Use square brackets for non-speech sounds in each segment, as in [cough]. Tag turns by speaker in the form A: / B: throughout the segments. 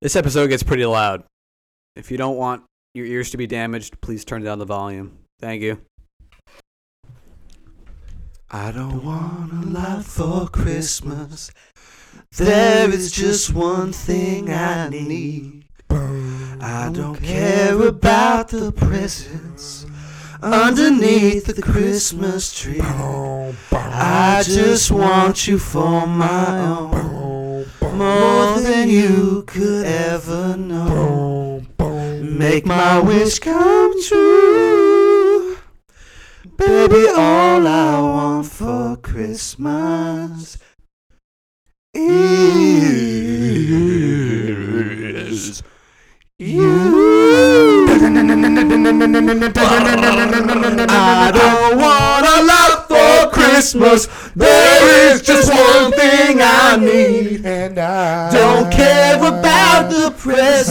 A: This episode gets pretty loud. If you don't want your ears to be damaged, please turn down the volume. Thank you.
B: I don't want a lot for Christmas. There is just one thing I need. I don't care about the presents underneath the Christmas tree. I just want you for my own. More than you could ever know. Make my wish come true. Baby, all I want for Christmas is you. I don't want a lot for Christmas. There is just one thing I need.
C: and I
B: Don't care about the presents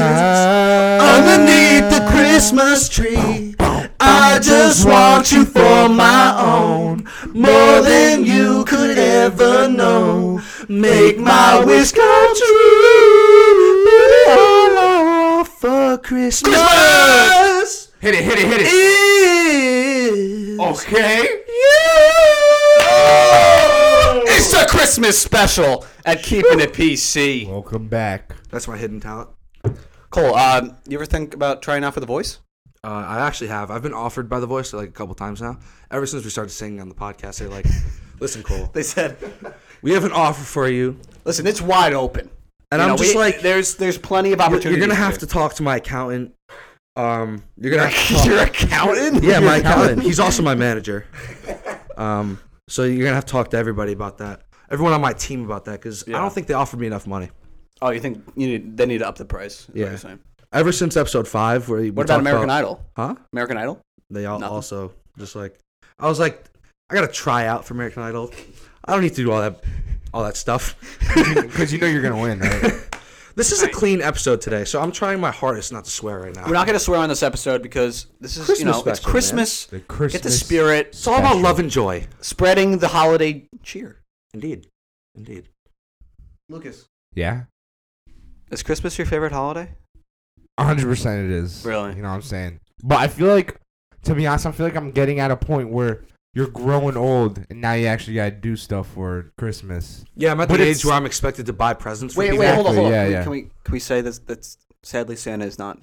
B: underneath the Christmas tree. I just want you for my own, more than you could ever know. Make my wish come true. Baby, all I want for Christmas.
C: Christmas! Hit it, hit it, hit it.
B: is
C: Okay.
A: It's a Christmas special at Keeping It PC.
C: Welcome back.
B: That's my hidden talent.
A: Cole, um, you ever think about trying out for The Voice?
B: Uh, I actually have. I've been offered by The Voice like a couple times now. Ever since we started singing on the podcast, they're like, "Listen, Cole,
A: They said,
B: [laughs] we have an offer for you,"
A: "Listen, it's wide open."
B: and
A: You
B: I'm
A: know,
B: just
A: we-
B: like,
A: "There's, there's plenty of
B: "You're-
A: opportunity."
B: "You're gonna have to talk to my accountant." Um, you're gonna.
C: [laughs]
B: Have to talk-
A: Your accountant?
B: yeah, my accountant. He's also my
C: [laughs]
B: manager. Um, so you're gonna have to talk to everybody about that. Everyone on my team about that because I
A: Yeah.
B: don't think they offered me enough money.
A: Oh, you think you need, they need to up the price? is What,
B: Yeah.
A: you're saying.
B: Ever since episode five, where we
A: what about American Idol?
B: Huh?
A: American Idol?
B: They all
A: Nothing.
B: also just like I was like, I gotta try out for American Idol. I don't need to do all that, all that
C: [laughs]
B: stuff.
C: Because you know you're going to win, right?
B: [laughs] This is a clean episode today, so I'm trying my hardest not to swear right now.
A: We're not going to swear on this episode because this is, you
B: Ah. Christmas
A: know, it's
B: special, man.
A: Christmas.
C: The Christmas.
A: Get the spirit,
B: it's all about love and joy.
A: spreading the holiday cheer.
B: Indeed, indeed.
A: Lucas,
C: Yeah.
A: is Christmas your favorite holiday?
C: 100% it is.
A: Really?
C: You know what I'm saying? But I feel like, to be honest, I feel like I'm getting at a point where you're growing old and now you actually got to do stuff for Christmas.
B: Yeah, I'm at
C: But
B: the
C: it's-
B: age where I'm expected to buy presents. For
A: Wait,
B: people.
A: wait, hold on, hold on.
C: yeah,
A: can, we-
C: yeah.
A: can we can we say this? That's sadly Santa is not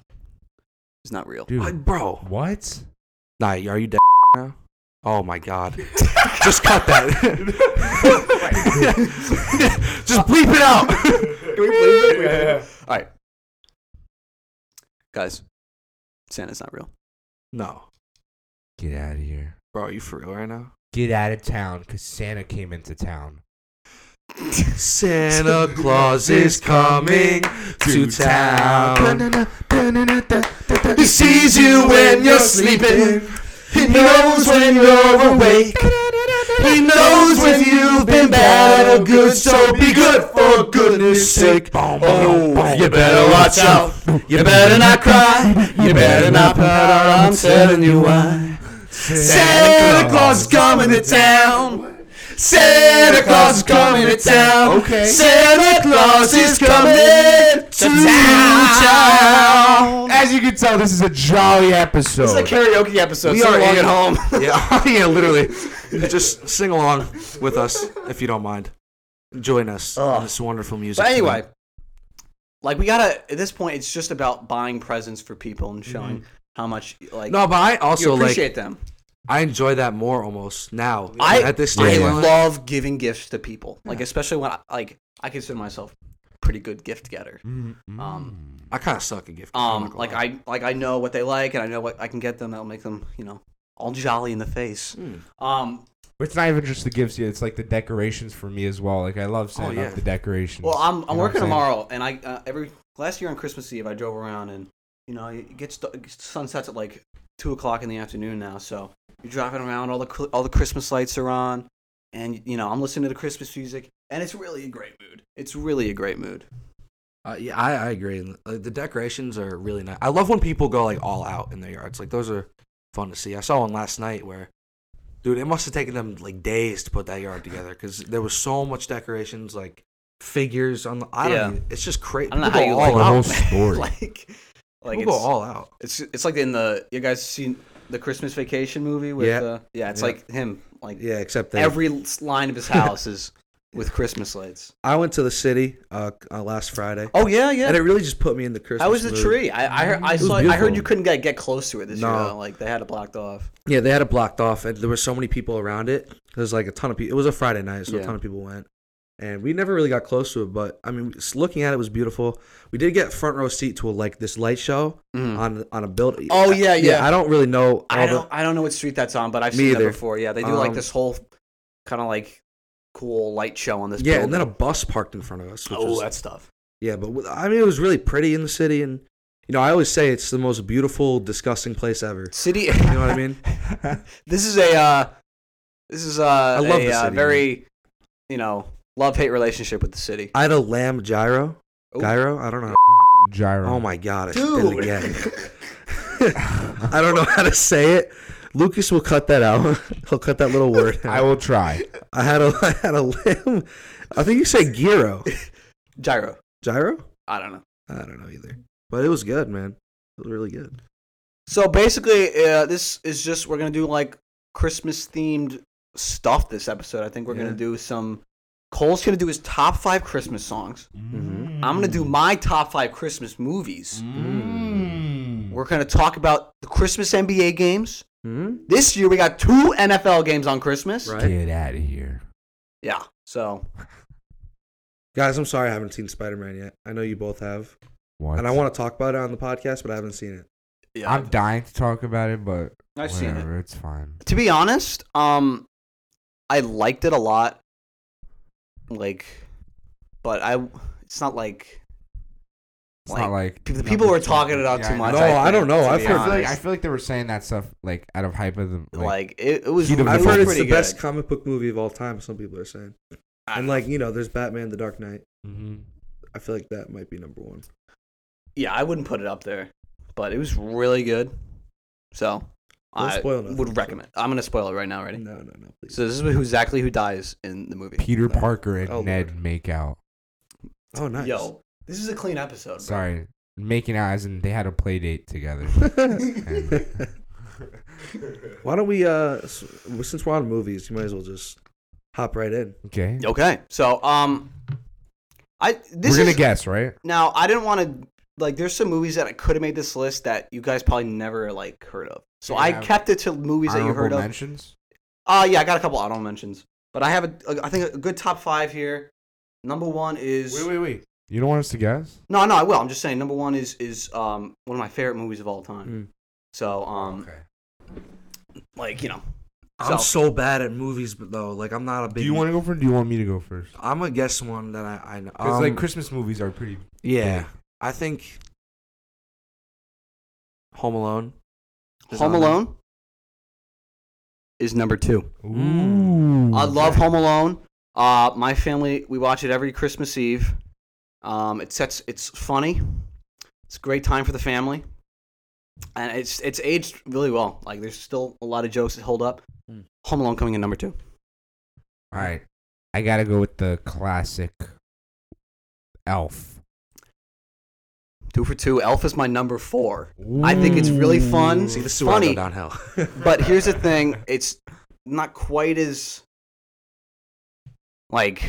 A: is not real.
C: Dude.
B: Uh, bro.
C: What?
B: Nah, are you dead [laughs] now? Oh my [laughs] god. Just cut that. [laughs] Just bleep it out.
A: Can we believe it?
B: [laughs]
A: All right, guys, Santa's not real.
B: No,
C: [laughs] Get out of here.
B: bro, are you for real right now?
C: Get out of town because Santa came into town.
B: Santa Claus is coming [laughs] to town. He sees you when you're sleeping. He knows when you're awake. He knows when you've been bad or good, so be good for goodness sake. Oh, you better watch out. You better not cry. You better not pout. or I'm telling you why. Santa Claus is coming to town. Santa Claus is coming to town.
C: Okay.
B: Santa Claus is coming to town.
C: As you can tell, this is a jolly episode.
A: karaoke episode.
B: We are in-
A: home.
B: Yeah, [laughs] oh, yeah, literally. Just sing along with us if you don't mind. Join us on this wonderful music.
A: but anyway,
B: tonight.
A: like we gotta at this point, it's just about buying presents for people and showing how much like
B: Mm-hmm. no, but I also
A: you
B: like
A: appreciate them.
B: I enjoy that more almost now
A: I
B: at this uh,
A: I
B: stage. in my life.
A: love giving gifts to people, like especially when I, like I consider myself a pretty good gift getter.
C: Mm-hmm.
A: Um,
B: I kind of suck at gift. I'm
A: um,
B: not gonna
A: like
B: lie.
A: I like I know what they like, and I know what I can get them that'll make them you know all jolly in the face.
B: Hmm.
A: Um,
C: It's not even just the gifts yet. It's like the decorations for me as well. Like I love setting
B: yeah.
C: up the decorations.
A: Oh, well, I'm
C: You know
A: I'm
C: what
A: working
C: saying?
A: tomorrow, and I uh, every last year on Christmas Eve I drove around and you know it gets the sun sets at like two o'clock in the afternoon now, so you're driving around, all the cl- all the Christmas lights are on, and you know I'm listening to the Christmas music, and it's really a great mood. It's really a great mood.
B: Uh, yeah, I, I agree. Like, the decorations are really nice. I love when people go like all out in their yards. Like those are fun to see. I saw one last night where, dude, it must have taken them like days to put that yard together because there was so much decorations. Like figures on the. I don't.
A: Yeah.
B: Even, it's just crazy.
A: I don't know
B: People
A: how you
B: go
A: like
B: all
A: [laughs]
C: The whole
B: out.
C: story.
A: like, like
B: People go
A: it's,
B: all out.
A: it's it's like in the you guys seen the Christmas Vacation movie with
B: Yeah.
A: uh, yeah it's
B: Yeah.
A: like him like
B: Yeah, except that
A: every l- line of his house is with Christmas lights.
B: I went to the city uh, uh, last Friday,
A: Oh yeah, yeah.
B: and it really just put me in the Christmas.
A: How was the
B: mood.
A: tree? I I, heard, I
C: It was
A: saw I heard
C: beautiful.
A: you couldn't get, get close to it this year.
B: No.
A: though, Like they had it blocked off.
B: Yeah, they had it blocked off, and there were so many people around it. There's like a ton of people. It was a Friday night, so
A: Yeah.
B: a ton of people went, and we never really got close to it. But I mean, s- looking at it was beautiful. We did get front row seat to a, like this light show on on a
A: Mm.
B: building.
A: Oh, yeah, yeah.
B: I don't really know.
A: I
B: all Mm-hmm. the-
A: don't I don't know what street that's on, but I've
B: Me
A: seen that
B: either.
A: before. Yeah, they do like
B: Um,
A: this whole kind of like cool light show on this.
B: yeah, and then a
A: building.
B: bus parked in front of us. Which
A: oh
B: was,
A: that stuff.
B: yeah, but w- I mean, it was really pretty in the city, and you know, I always say it's the most beautiful, disgusting place ever.
A: City. [laughs]
B: You know what I mean?
A: this is a uh, this is uh,
B: love
A: a
B: the
A: uh,
B: city,
A: very you know love hate relationship with the city.
B: I had a lamb gyro.
A: Ooh.
B: Gyro? I don't know.
C: [laughs] Gyro.
B: Oh my god, I did it
A: Dude.
B: again. I don't know how to say it. Lucas will cut that out. [laughs] He'll cut that little word.
C: [laughs] I
B: Out.
C: will try.
B: I, had a [laughs] I had a lamb. I think you said gyro.
A: [laughs] Gyro.
B: Gyro?
A: I don't know.
B: I don't know either. But it was good, man. It was really good.
A: So basically, uh, this is just we're gonna do like Christmas themed stuff this episode. I think we're
B: Yeah.
A: gonna do some. Cole's gonna do his top five Christmas songs.
B: Mhm.
A: Mm-hmm. I'm gonna do my top five Christmas movies.
C: Mm.
A: We're gonna talk about the Christmas NBA games.
B: hmm
A: This year we got two NFL games on Christmas.
B: Right.
C: Get out of here.
A: Yeah. So
B: Guys, I'm sorry I haven't seen Spider Man yet. I know you both have.
C: What?
B: And I want to talk about it on the podcast, but I haven't seen it.
A: yeah,
C: I'm dying to talk about it, but
A: I've seen it.
C: whatever. It's fine.
A: To be honest, um, I liked it a lot. Like, but I, it's not like
C: It's not like
A: the people were talking it out
C: about
A: too much.
B: No,
A: I,
B: I don't know. I've
A: I've
C: I
B: heard-
C: feel,
A: heard
C: like, I feel like they were saying that stuff like out of hype of them. Like,
A: like it, it was.
C: Heat of
A: it
C: the
B: I've
A: was
B: heard it's
A: pretty
B: the
A: good.
B: best comic book movie of all time, some people are saying. And like, you know, there's Batman the Dark Knight.
C: mhm.
B: I feel like that might be number one.
A: Yeah, I wouldn't put it up there, but it was really good. So
B: Don't
A: I
B: spoil nothing,
A: would
B: so-
A: recommend. I'm gonna spoil it right now. Ready?
B: No, no, no, please.
A: So this is who exactly who dies in the movie.
C: Peter Parker and
B: Oh,
C: Ned
B: Lord.
C: make out.
B: oh, nice.
A: Yo, this is a clean episode. Bro.
C: Sorry, making out as in they had a play date
A: [laughs]
C: together.
B: Why don't we, uh, s- since we're on movies, you might as well just hop right in.
C: okay,
A: Okay, so um, I this
C: we're gonna
A: is
C: guess, right?
A: now. I didn't want to like. There's some movies that I could have made this list that you guys probably never like heard of. So I
C: Yeah.
A: kept it to movies that you
C: Honorable
A: heard of.
C: mentions. Uh,
A: Uh yeah, I got a couple honorable mentions, but I have a, a I think a good top five here. Number one is
C: wait, wait, wait. You don't want us to guess?
A: no, no, I will. I'm just saying. Number one is is um one of my favorite movies of all time.
B: Hmm.
A: So um like you know
B: I'm
A: So-
B: so bad at movies, but though, like, I'm not a big.
C: Do you want to go first? Or do you want me to go first?
B: I'm gonna guess one that I, I know.
C: Because
B: Um,
C: like Christmas movies are pretty.
B: yeah, I think Home Alone. is
A: Home
B: on there.
A: Alone is number two.
C: Ooh.
B: Mm.
A: I love Home Alone. Uh, my family we watch it every Christmas Eve. Um, it sets it's funny. It's a great time for the family, and it's it's aged really well. Like there's still a lot of jokes that hold up.
B: Mm.
A: Home Alone coming in number two.
C: All right, I gotta go with the classic Elf.
A: Two for two. Elf is my number four. I think it's really fun.
B: See, this
A: It's
B: is where I go
A: funny,
B: [laughs] downhill.
A: but here's the thing: it's not quite as like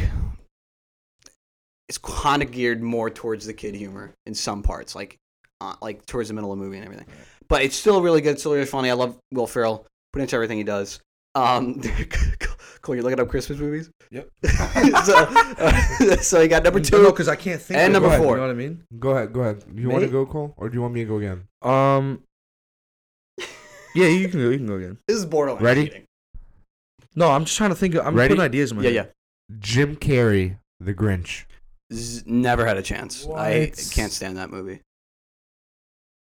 A: it's kind of geared more towards the kid humor in some parts, like uh, like towards the middle of the movie and everything. But it's still really good. Still really funny. I love Will Ferrell. Pretty much everything he does. Um, [laughs] cool. You're looking up Christmas movies.
B: Yep.
A: so, uh, [laughs] so [laughs] you got number two.
B: because I can't think.
A: And
B: of
A: number
B: one,
A: four.
B: You know what I mean?
C: Go ahead, go ahead. You want to
B: Me?
C: go, Cole, or do you want me to go again?
A: [laughs]
B: Um. Yeah, you can go. You can go again.
A: This is borderline.
C: Ready?
A: cheating.
B: No, I'm just trying to think. Of, I'm
C: Ready?
B: putting ideas in my
A: Yeah,
B: head.
A: yeah.
C: Jim Carrey, The Grinch.
A: Z- never had a chance. I
C: What?
A: can't stand that movie.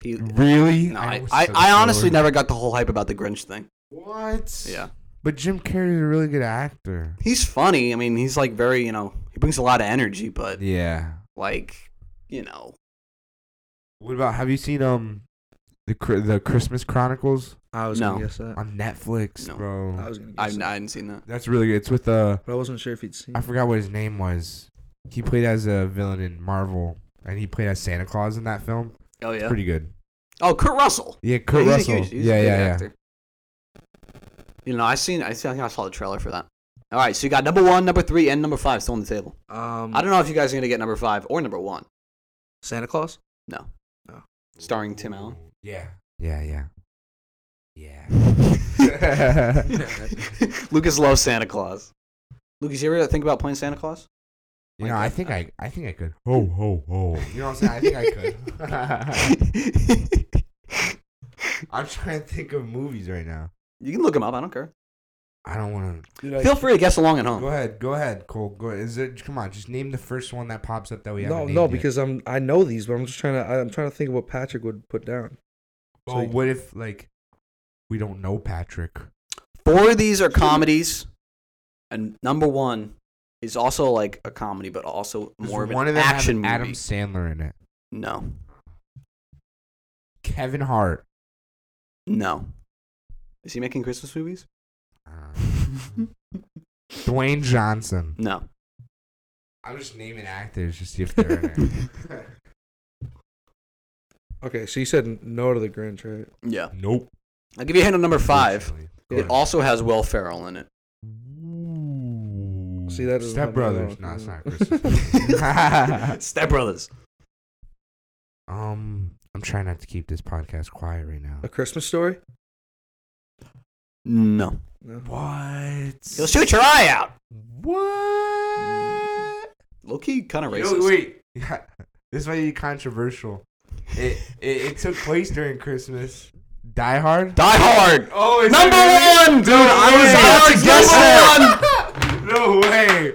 A: He,
C: Really?
A: no, I,
C: was
A: I,
C: so
A: I honestly
C: silly.
A: never got the whole hype about the Grinch thing.
C: What?
A: Yeah.
C: But Jim Carrey's a really good actor.
A: He's funny. I mean, he's like very, you know, he brings a lot of energy, but
C: Yeah.
A: like, you know,
C: What about? Have you seen um the Cri- the Christmas Chronicles
B: I was
A: No.
B: gonna guess that.
C: on Netflix,
A: No.
C: bro?
B: I was gonna guess
A: I've,
B: that.
A: I hadn't seen that.
C: That's really good. It's with uh
B: But I wasn't sure if he'd seen.
C: I forgot what his name was. He played as a villain in Marvel, and he played as Santa Claus in that film.
A: Oh yeah.
C: Pretty good.
A: oh, Kurt Russell.
C: Yeah, Kurt
A: Yeah, he's a
C: Russell.
A: huge- he's a
C: yeah,
A: big
C: yeah, yeah.
A: actor. You know, I seen. I think I saw the trailer for that. All right, so you got number one, number three, and number five still on the table.
B: Um,
A: I
C: Mm.
A: don't know if you guys are gonna get number five or number one,
B: Santa Claus.
A: starring Tim Allen.
C: Yeah. Yeah, yeah. Yeah.
A: [laughs]
C: [laughs]
A: Lucas loves Santa Claus. Lucas, you ever think about playing Santa [laughs] Claus?
C: you know, I think I, I think I could. Ho, ho, ho. You know what I'm saying? I think I could. [laughs] I'm trying to think of movies right now.
A: you can look him up. I don't care.
C: I don't want to.
A: Feel free to guess along at
C: Go
A: home.
C: ahead, go ahead, Cole. Go ahead. Is it? Come on, just name the first one that pops up that we
B: no,
C: haven't.
B: no,
C: named yet.
B: because I'm I know these, but I'm just trying to I'm trying to think of what Patrick would put down.
C: Well, what if like we don't know Patrick?
A: Four of these are comedies, and number one is also like a comedy, but also
C: Does
A: more of an
C: one of them have
A: action movie.
C: Adam Sandler in it.
A: No,
C: Kevin Hart.
A: no. Is he making Christmas
C: [laughs]
A: movies?
C: Uh,
A: [laughs]
C: Dwayne Johnson.
A: No.
C: I'm just naming actors just to see if they're in
A: [laughs]
C: it.
B: Okay, so you said no to the Grinch, right?
A: Yeah.
C: nope.
A: I'll give you a hint on number five.
C: Unfortunately.
B: Go
A: It
B: ahead.
A: also has Will Ferrell
C: [laughs]
A: in it. [laughs]
C: Ooh.
B: See, that doesn't
C: Step
B: help me at
C: Brothers.
B: all.
C: No, it's
A: [laughs]
C: not Christmas.
A: Step Brothers.
C: [laughs] um, I'm trying not to keep this podcast quiet right now.
B: A Christmas story?
A: No.
B: No.
C: What?
A: You'll shoot your eye out.
C: What?
A: Low key, kind of
C: Yo,
A: racist.
C: wait. [laughs] this might be controversial. It, it it took place during Christmas. Die
A: [laughs]
C: Hard.
A: Die Hard.
C: Oh, it's
A: Number one, dude. I was about to guess that.
C: one. [laughs] no way.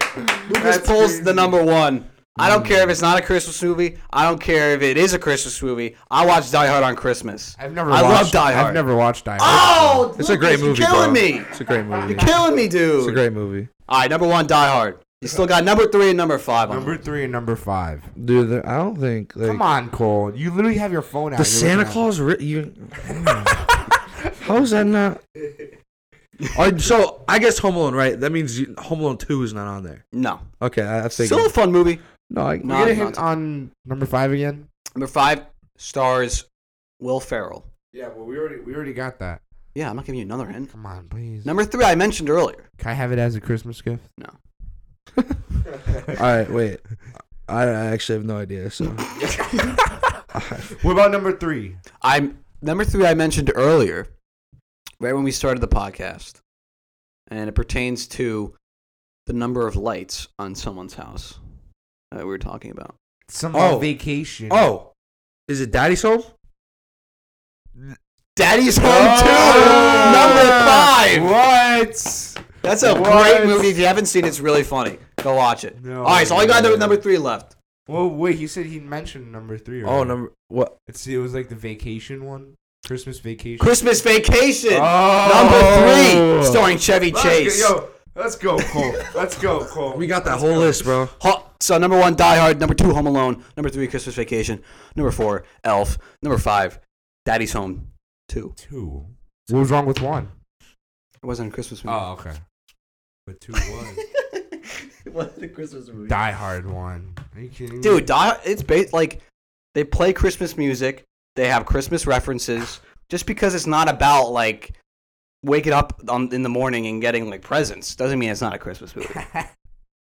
A: Lucas
C: That's
A: pulls
C: crazy.
A: the number one. I don't care if it's not a Christmas movie. I don't care if it is a Christmas movie. I watch Die Hard on Christmas.
C: I've never.
A: I love
C: watched,
A: Die Hard.
C: I've never watched Die Hard.
A: Oh,
B: It's a great movie.
A: You're killing
B: bro.
A: me.
B: It's a great movie.
A: You're killing me,
B: It's a
A: dude.
B: great movie,
A: All right, number one, Die Hard. You still got number three and number five on.
C: Number
A: there.
C: three and number five.
B: dude. the- I don't think like
C: Come on, Cole. You literally have your phone out.
B: the
C: You're
B: Santa
C: looking at
B: Claus. Ri- you, [laughs] how is that not? [laughs] All right, so I guess Home Alone, right? That means you, Home Alone Two is not on there.
A: No.
B: Okay, I, I think
A: Still a fun movie.
B: no. I,
C: it.
A: No.
C: Can you
A: I'm
C: hit
A: not-
C: on number five again.
A: Number five stars Will Ferrell.
C: Yeah, well, we already we already got that.
A: Yeah, I'm not giving you another hint.
C: Come on, please.
A: Number three, I mentioned earlier.
C: Can I have it as a Christmas gift?
A: No.
B: All right, wait. I, I actually have no idea. So
C: [laughs] What about number three?
A: I'm number three. I mentioned earlier, right when we started the podcast, and it pertains to the number of lights on someone's house that we were talking about.
C: Summer
B: Oh.
C: vacation.
B: oh, is it Daddy's Home?
A: Daddy's Home
C: Oh.
A: Two, number five.
C: What?
A: That's a
C: What?
A: great movie. If you haven't seen it, it's really funny. Go watch it.
C: No
A: all right, so all you got
C: way.
A: to number three left.
C: Well, wait. He said he mentioned number three.
B: Oh,
C: already.
B: number what?
C: It's it was like the vacation one, Christmas vacation.
A: Christmas Vacation.
C: Oh.
A: Number three, starring Chevy Chase.
C: Let's go, yo, let's go, Cole. let's go, Cole.
B: We got that
C: Let's
B: whole
C: go.
B: list, bro.
A: Ho- So number one, Die Hard. Number two, Home Alone. Number three, Christmas Vacation. Number four, Elf. Number five, Daddy's Home. Two.
C: Two. What was wrong with one?
A: It wasn't a Christmas movie.
C: Oh, okay. But two was
A: it wasn't a Christmas movie.
C: Die Hard one. Are you kidding?
A: Dude, Die. It's based like they play Christmas music. They have Christmas references. Just because it's not about like waking up on, in the morning and getting like presents doesn't mean it's not a Christmas movie.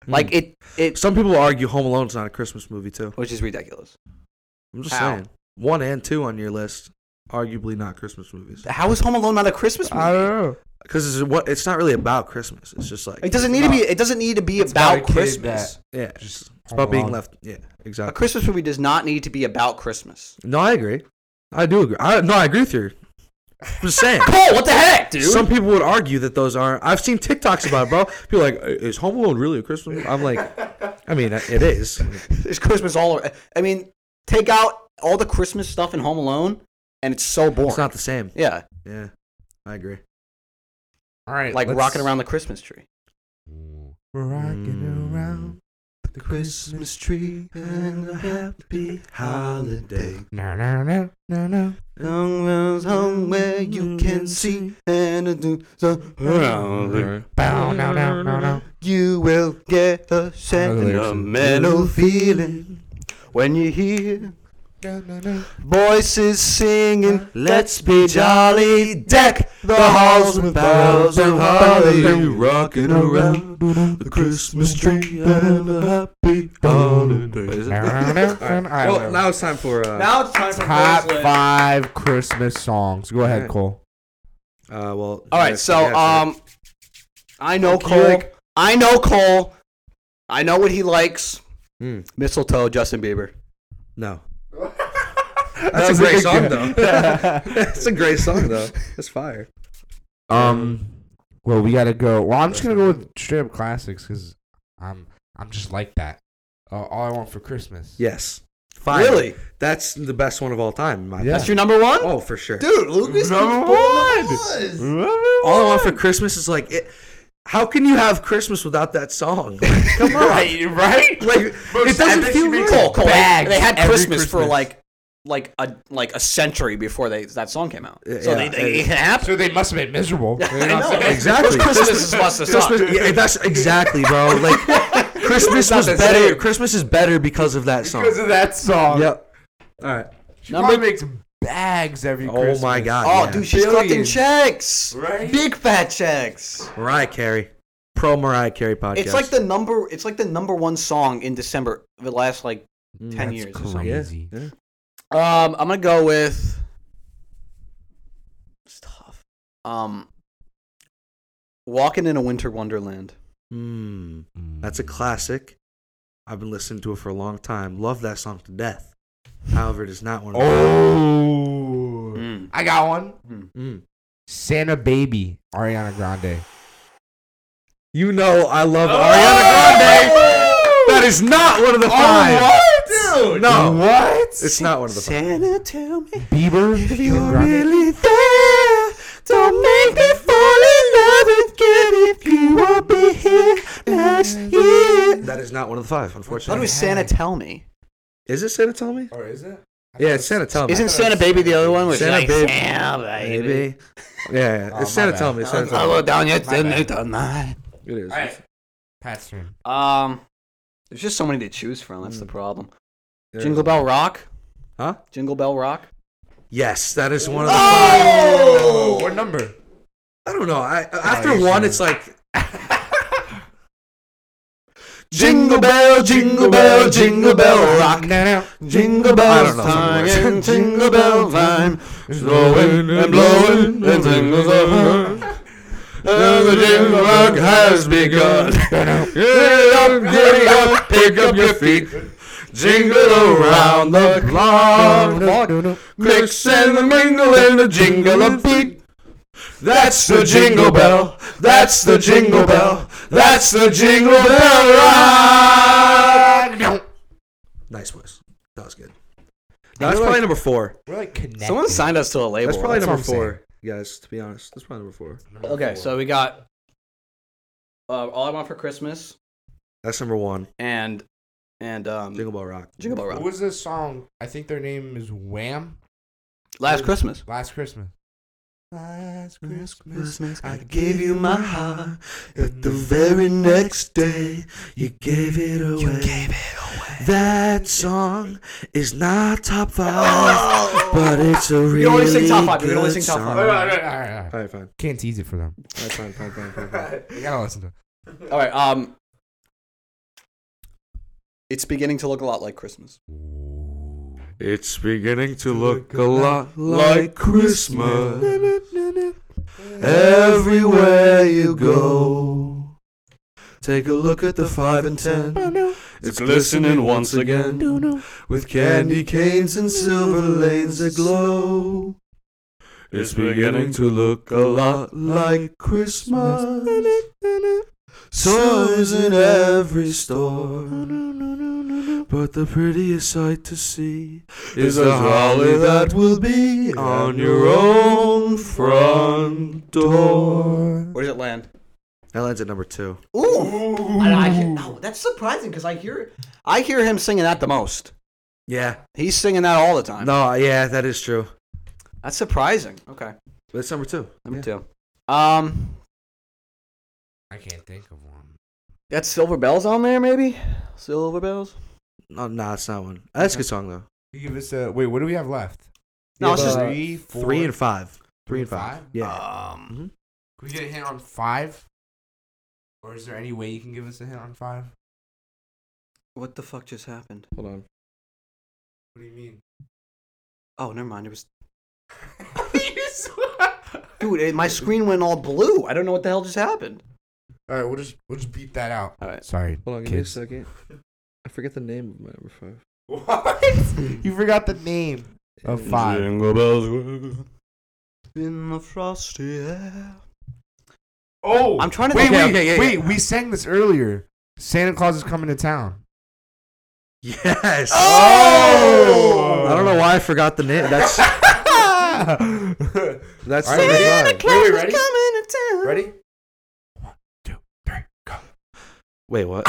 A: like it, it,
B: Some people argue Home Alone's not a Christmas movie too.
A: which is ridiculous.
B: I'm just
A: How?
B: saying. One and two on your list, arguably not Christmas movies.
A: How is Home Alone not a Christmas movie?
B: know. Because it's what it's not really about Christmas. It's just like
A: It doesn't need to be. It doesn't need to be
C: It's about
A: about,
C: a kid
A: Christmas.
B: yeah,
C: Just
B: it's
C: Home
B: about being
C: Alone.
B: left. Yeah,
A: A
B: exactly.
A: Christmas movie does not need to be about Christmas.
B: No, I agree. I do agree. I, no, I agree with you. I'm just saying.
A: Cole, what the heck, dude?
B: Some people would argue that those aren't. I've seen TikToks about it, bro. People are like, "Uh, is Home Alone really a Christmas? movie?" I'm like, I mean, it is.
A: it's Christmas all. ar- I mean, take out all the Christmas stuff in Home Alone, and it's so boring.
B: It's not the same.
A: yeah,
B: Yeah, I agree.
C: All right,
A: like
C: let's-
A: rocking around the Christmas tree.
C: Ooh. We're rocking
B: Mm.
C: around the Christmas.
B: tree and a happy holiday.
C: No, no, no, no, no.
A: Long roads home where you can see and do so.
C: Bow, no, no, no, no.
A: You will get a sentimental feeling when you hear voices singing. Let's be jolly, deck the halls with bells and holly, rocking around the Christmas tree and a happy
C: [laughs]
A: holidays.
B: Well, now it's time for uh,
A: it's time for
C: Top five Christmas songs. Go ahead,
B: Alright.
C: Cole.
B: uh well.
A: All right,
B: yes,
A: so
B: yes,
A: um, I know
C: Can you,
A: Cole.
C: like-
A: I know Cole. I know what he likes.
B: Mm.
A: Mistletoe, Justin Bieber.
B: no. That's a great song though. [laughs] That's a great song though. It's fire.
C: [laughs] um, well, we gotta go. Well, I'm just gonna go with straight up classics because I'm I'm just like that. Uh, all I want for Christmas.
B: Yes.
A: Really?
B: That's the best one of all time. In my
C: Yeah.
A: That's your number one,
B: Oh, for sure.
A: dude. Lucas
C: Number
A: one.
B: All I want for Christmas is like, it, how can you have Christmas without that song?
A: [laughs]
B: Like, come on.
C: right, right.
B: Like, it doesn't
C: epic
B: feel
C: remix
B: right.
A: Cole, Cole. They,
C: Bags
A: they had
C: every
A: Christmas, for
C: Christmas.
A: like, like a like a century before they that song came out.
B: Yeah,
A: So
B: yeah,
A: they, they
B: yeah.
A: it
C: [laughs]
A: happened.
C: So they must have
B: [laughs]
C: been miserable.
A: I know.
B: Exactly.
A: Christmas is must have sucked.
B: Christmas- yeah, that's exactly, bro.
A: [laughs]
B: Like Christmas
A: not
B: was
A: the
B: better.
A: same.
B: Christmas is better because of that song.
C: because of that song.
B: Yep. All right.
C: She
A: Number-
C: probably makes bags every.
B: Oh my
C: Christmas.
B: God.
A: Oh,
B: Yeah.
A: dude, she's collecting
C: Billions.
A: checks,
C: Right?
A: big fat checks.
B: Mariah Carey, pro Mariah Carey podcast.
A: It's like the number. It's like the number one song in December. The last like
B: Mm,
A: ten
C: that's
A: years. Or something.
B: yeah.
C: Easy.
B: yeah.
A: Um, I'm gonna go with. It's tough. Um, walking in a winter wonderland.
B: Mm, that's a classic. I've been listening to it for a long time. Love that song to death. However, it is not one. Of
C: Oh. I got one.
B: Mm.
C: Santa Baby, Ariana Grande.
B: You know I love
A: Oh!
B: Ariana Grande. That is not one of the five.
C: Oh, what? Dude.
B: No.
C: What?
B: It's not one of the five.
A: Santa, tell me
C: Bieber. Ariana Grande.
A: there. Don't make me fall in love again if you won't be here next year.
B: That is not one of the five, unfortunately.
A: What was Santa tell me?
B: Is it Santa Tell Me?
C: Or Oh, is it?
B: Yeah, it's Santa Tell
A: [laughs]
B: Me.
A: Isn't Santa Baby the other one? Where she's
B: Oh, Santa
A: like,
B: Baby.
A: Santa Baby.
B: Maybe. Yeah,
C: Oh,
B: it's
C: my
B: Santa
C: bad.
B: Tell Me. it's Santa
A: I
B: Tell Me.
A: look down yet,
C: My
A: then
C: bad.
A: it done that.
B: It is.
C: Alright. Pat's turn.
A: Um, there's just so many to choose from. That's the problem.
B: Hmm. There
A: Jingle
B: it is.
A: Bell Rock.
B: Huh?
A: Jingle Bell Rock.
B: Yes, that is one of the five.
A: Oh!
C: What number?
B: I don't know. I, after
C: you're
B: one,
C: sure.
A: [laughs]
B: it's like. Jingle bell, jingle bell, jingle bell rock.
C: No, no.
A: Jingle
B: I
A: bells
B: don't know some
A: time
B: words.
A: and jingle bell time. Blowing and blowing and jingles of [laughs] the jingle rock has begun. [laughs] Get up, get up, pick up your feet. Jingle around the clock. Mix and the mingle and the jingle a beat. That's the jingle bell. That's the jingle bell. That's the jingle bell rock.
B: Nice voice. That was good. That's probably number four.
C: We're like connected.
A: Someone signed us to a label.
B: That's probably
C: that's
B: number
C: what I'm
B: four, guys, to be honest. That's probably number four.
A: Okay, so we got uh, All I Want for Christmas
B: That's number one.
A: and and um,
B: Jingle Bell Rock.
A: Jingle Bell
C: What
A: Rock.
C: was this song? I think their name is Wham.
A: Last Christmas.
C: Last Christmas. Last Christmas.
B: Christmas,
C: I gave you my heart,
B: but
C: the very
B: next day you gave it away.
A: it away.
B: That song is not top five, but it's a really
A: We only sing top five, we only sing top five.
C: Alright, alright, alright, alright.
B: All right, fine.
C: Can't tease it for them.
B: All right, fine, fine, fine, fine,
C: [laughs]
B: fine.
C: You gotta listen to it.
A: All right. Um, it's beginning to look a lot like Christmas.
B: It's beginning to look a lot like Christmas everywhere you go. Take a look at the five and ten. It's glistening once again with candy canes and silver lanes aglow. It's beginning to look a lot like Christmas. Stores in every store. But the prettiest sight to see is a holly that will be on your own front door.
A: Where does it land?
B: That lands at number two.
A: Ooh. And I hear- oh, that's surprising because I hear I hear him singing that the most.
B: Yeah.
A: He's singing that all the time.
B: No, yeah, that is true.
A: That's surprising. Okay.
B: But it's number two.
A: Number two. Um,
C: I can't think of one.
A: Got Silver Bells on there, maybe? Silver Bells?
B: No, nah, it's not one. That's a good song though.
C: You give us a wait. What do we have left?
A: No,
B: Yeah,
A: it's just
B: but-
C: three, four,
B: Three and five. Three and five. Uh,
C: five?
B: Yeah.
A: um.
C: Can we get a hint on five? Or is there any way you can give us a hint on five?
A: What the fuck just happened?
B: Hold on.
C: What do you mean?
A: Oh, never mind. It was
C: [laughs] You swear-
A: dude. It, my screen went all blue. I don't know what the hell just happened.
C: All right, we'll just we'll just beat that out.
A: All right.
C: Sorry.
B: Hold on. Give
C: Kids.
B: me a second. I forget the name of my number five.
C: [laughs] What? you forgot the name of
B: Yeah.
C: five.
A: In the frosty air.
C: Oh,
A: I'm trying to
C: wait,
A: think-
C: wait,
A: Okay, okay, yeah,
C: wait.
A: yeah.
C: We sang this earlier. Santa Claus is coming to town.
B: Yes.
C: Oh!
B: I don't know why I forgot the name. That's [laughs] that's
C: All
B: number
C: right, Santa
B: five.
C: Claus Wait, wait, ready?
A: is coming to town.
C: [laughs] Ready? One, two, three,
B: Wait, what?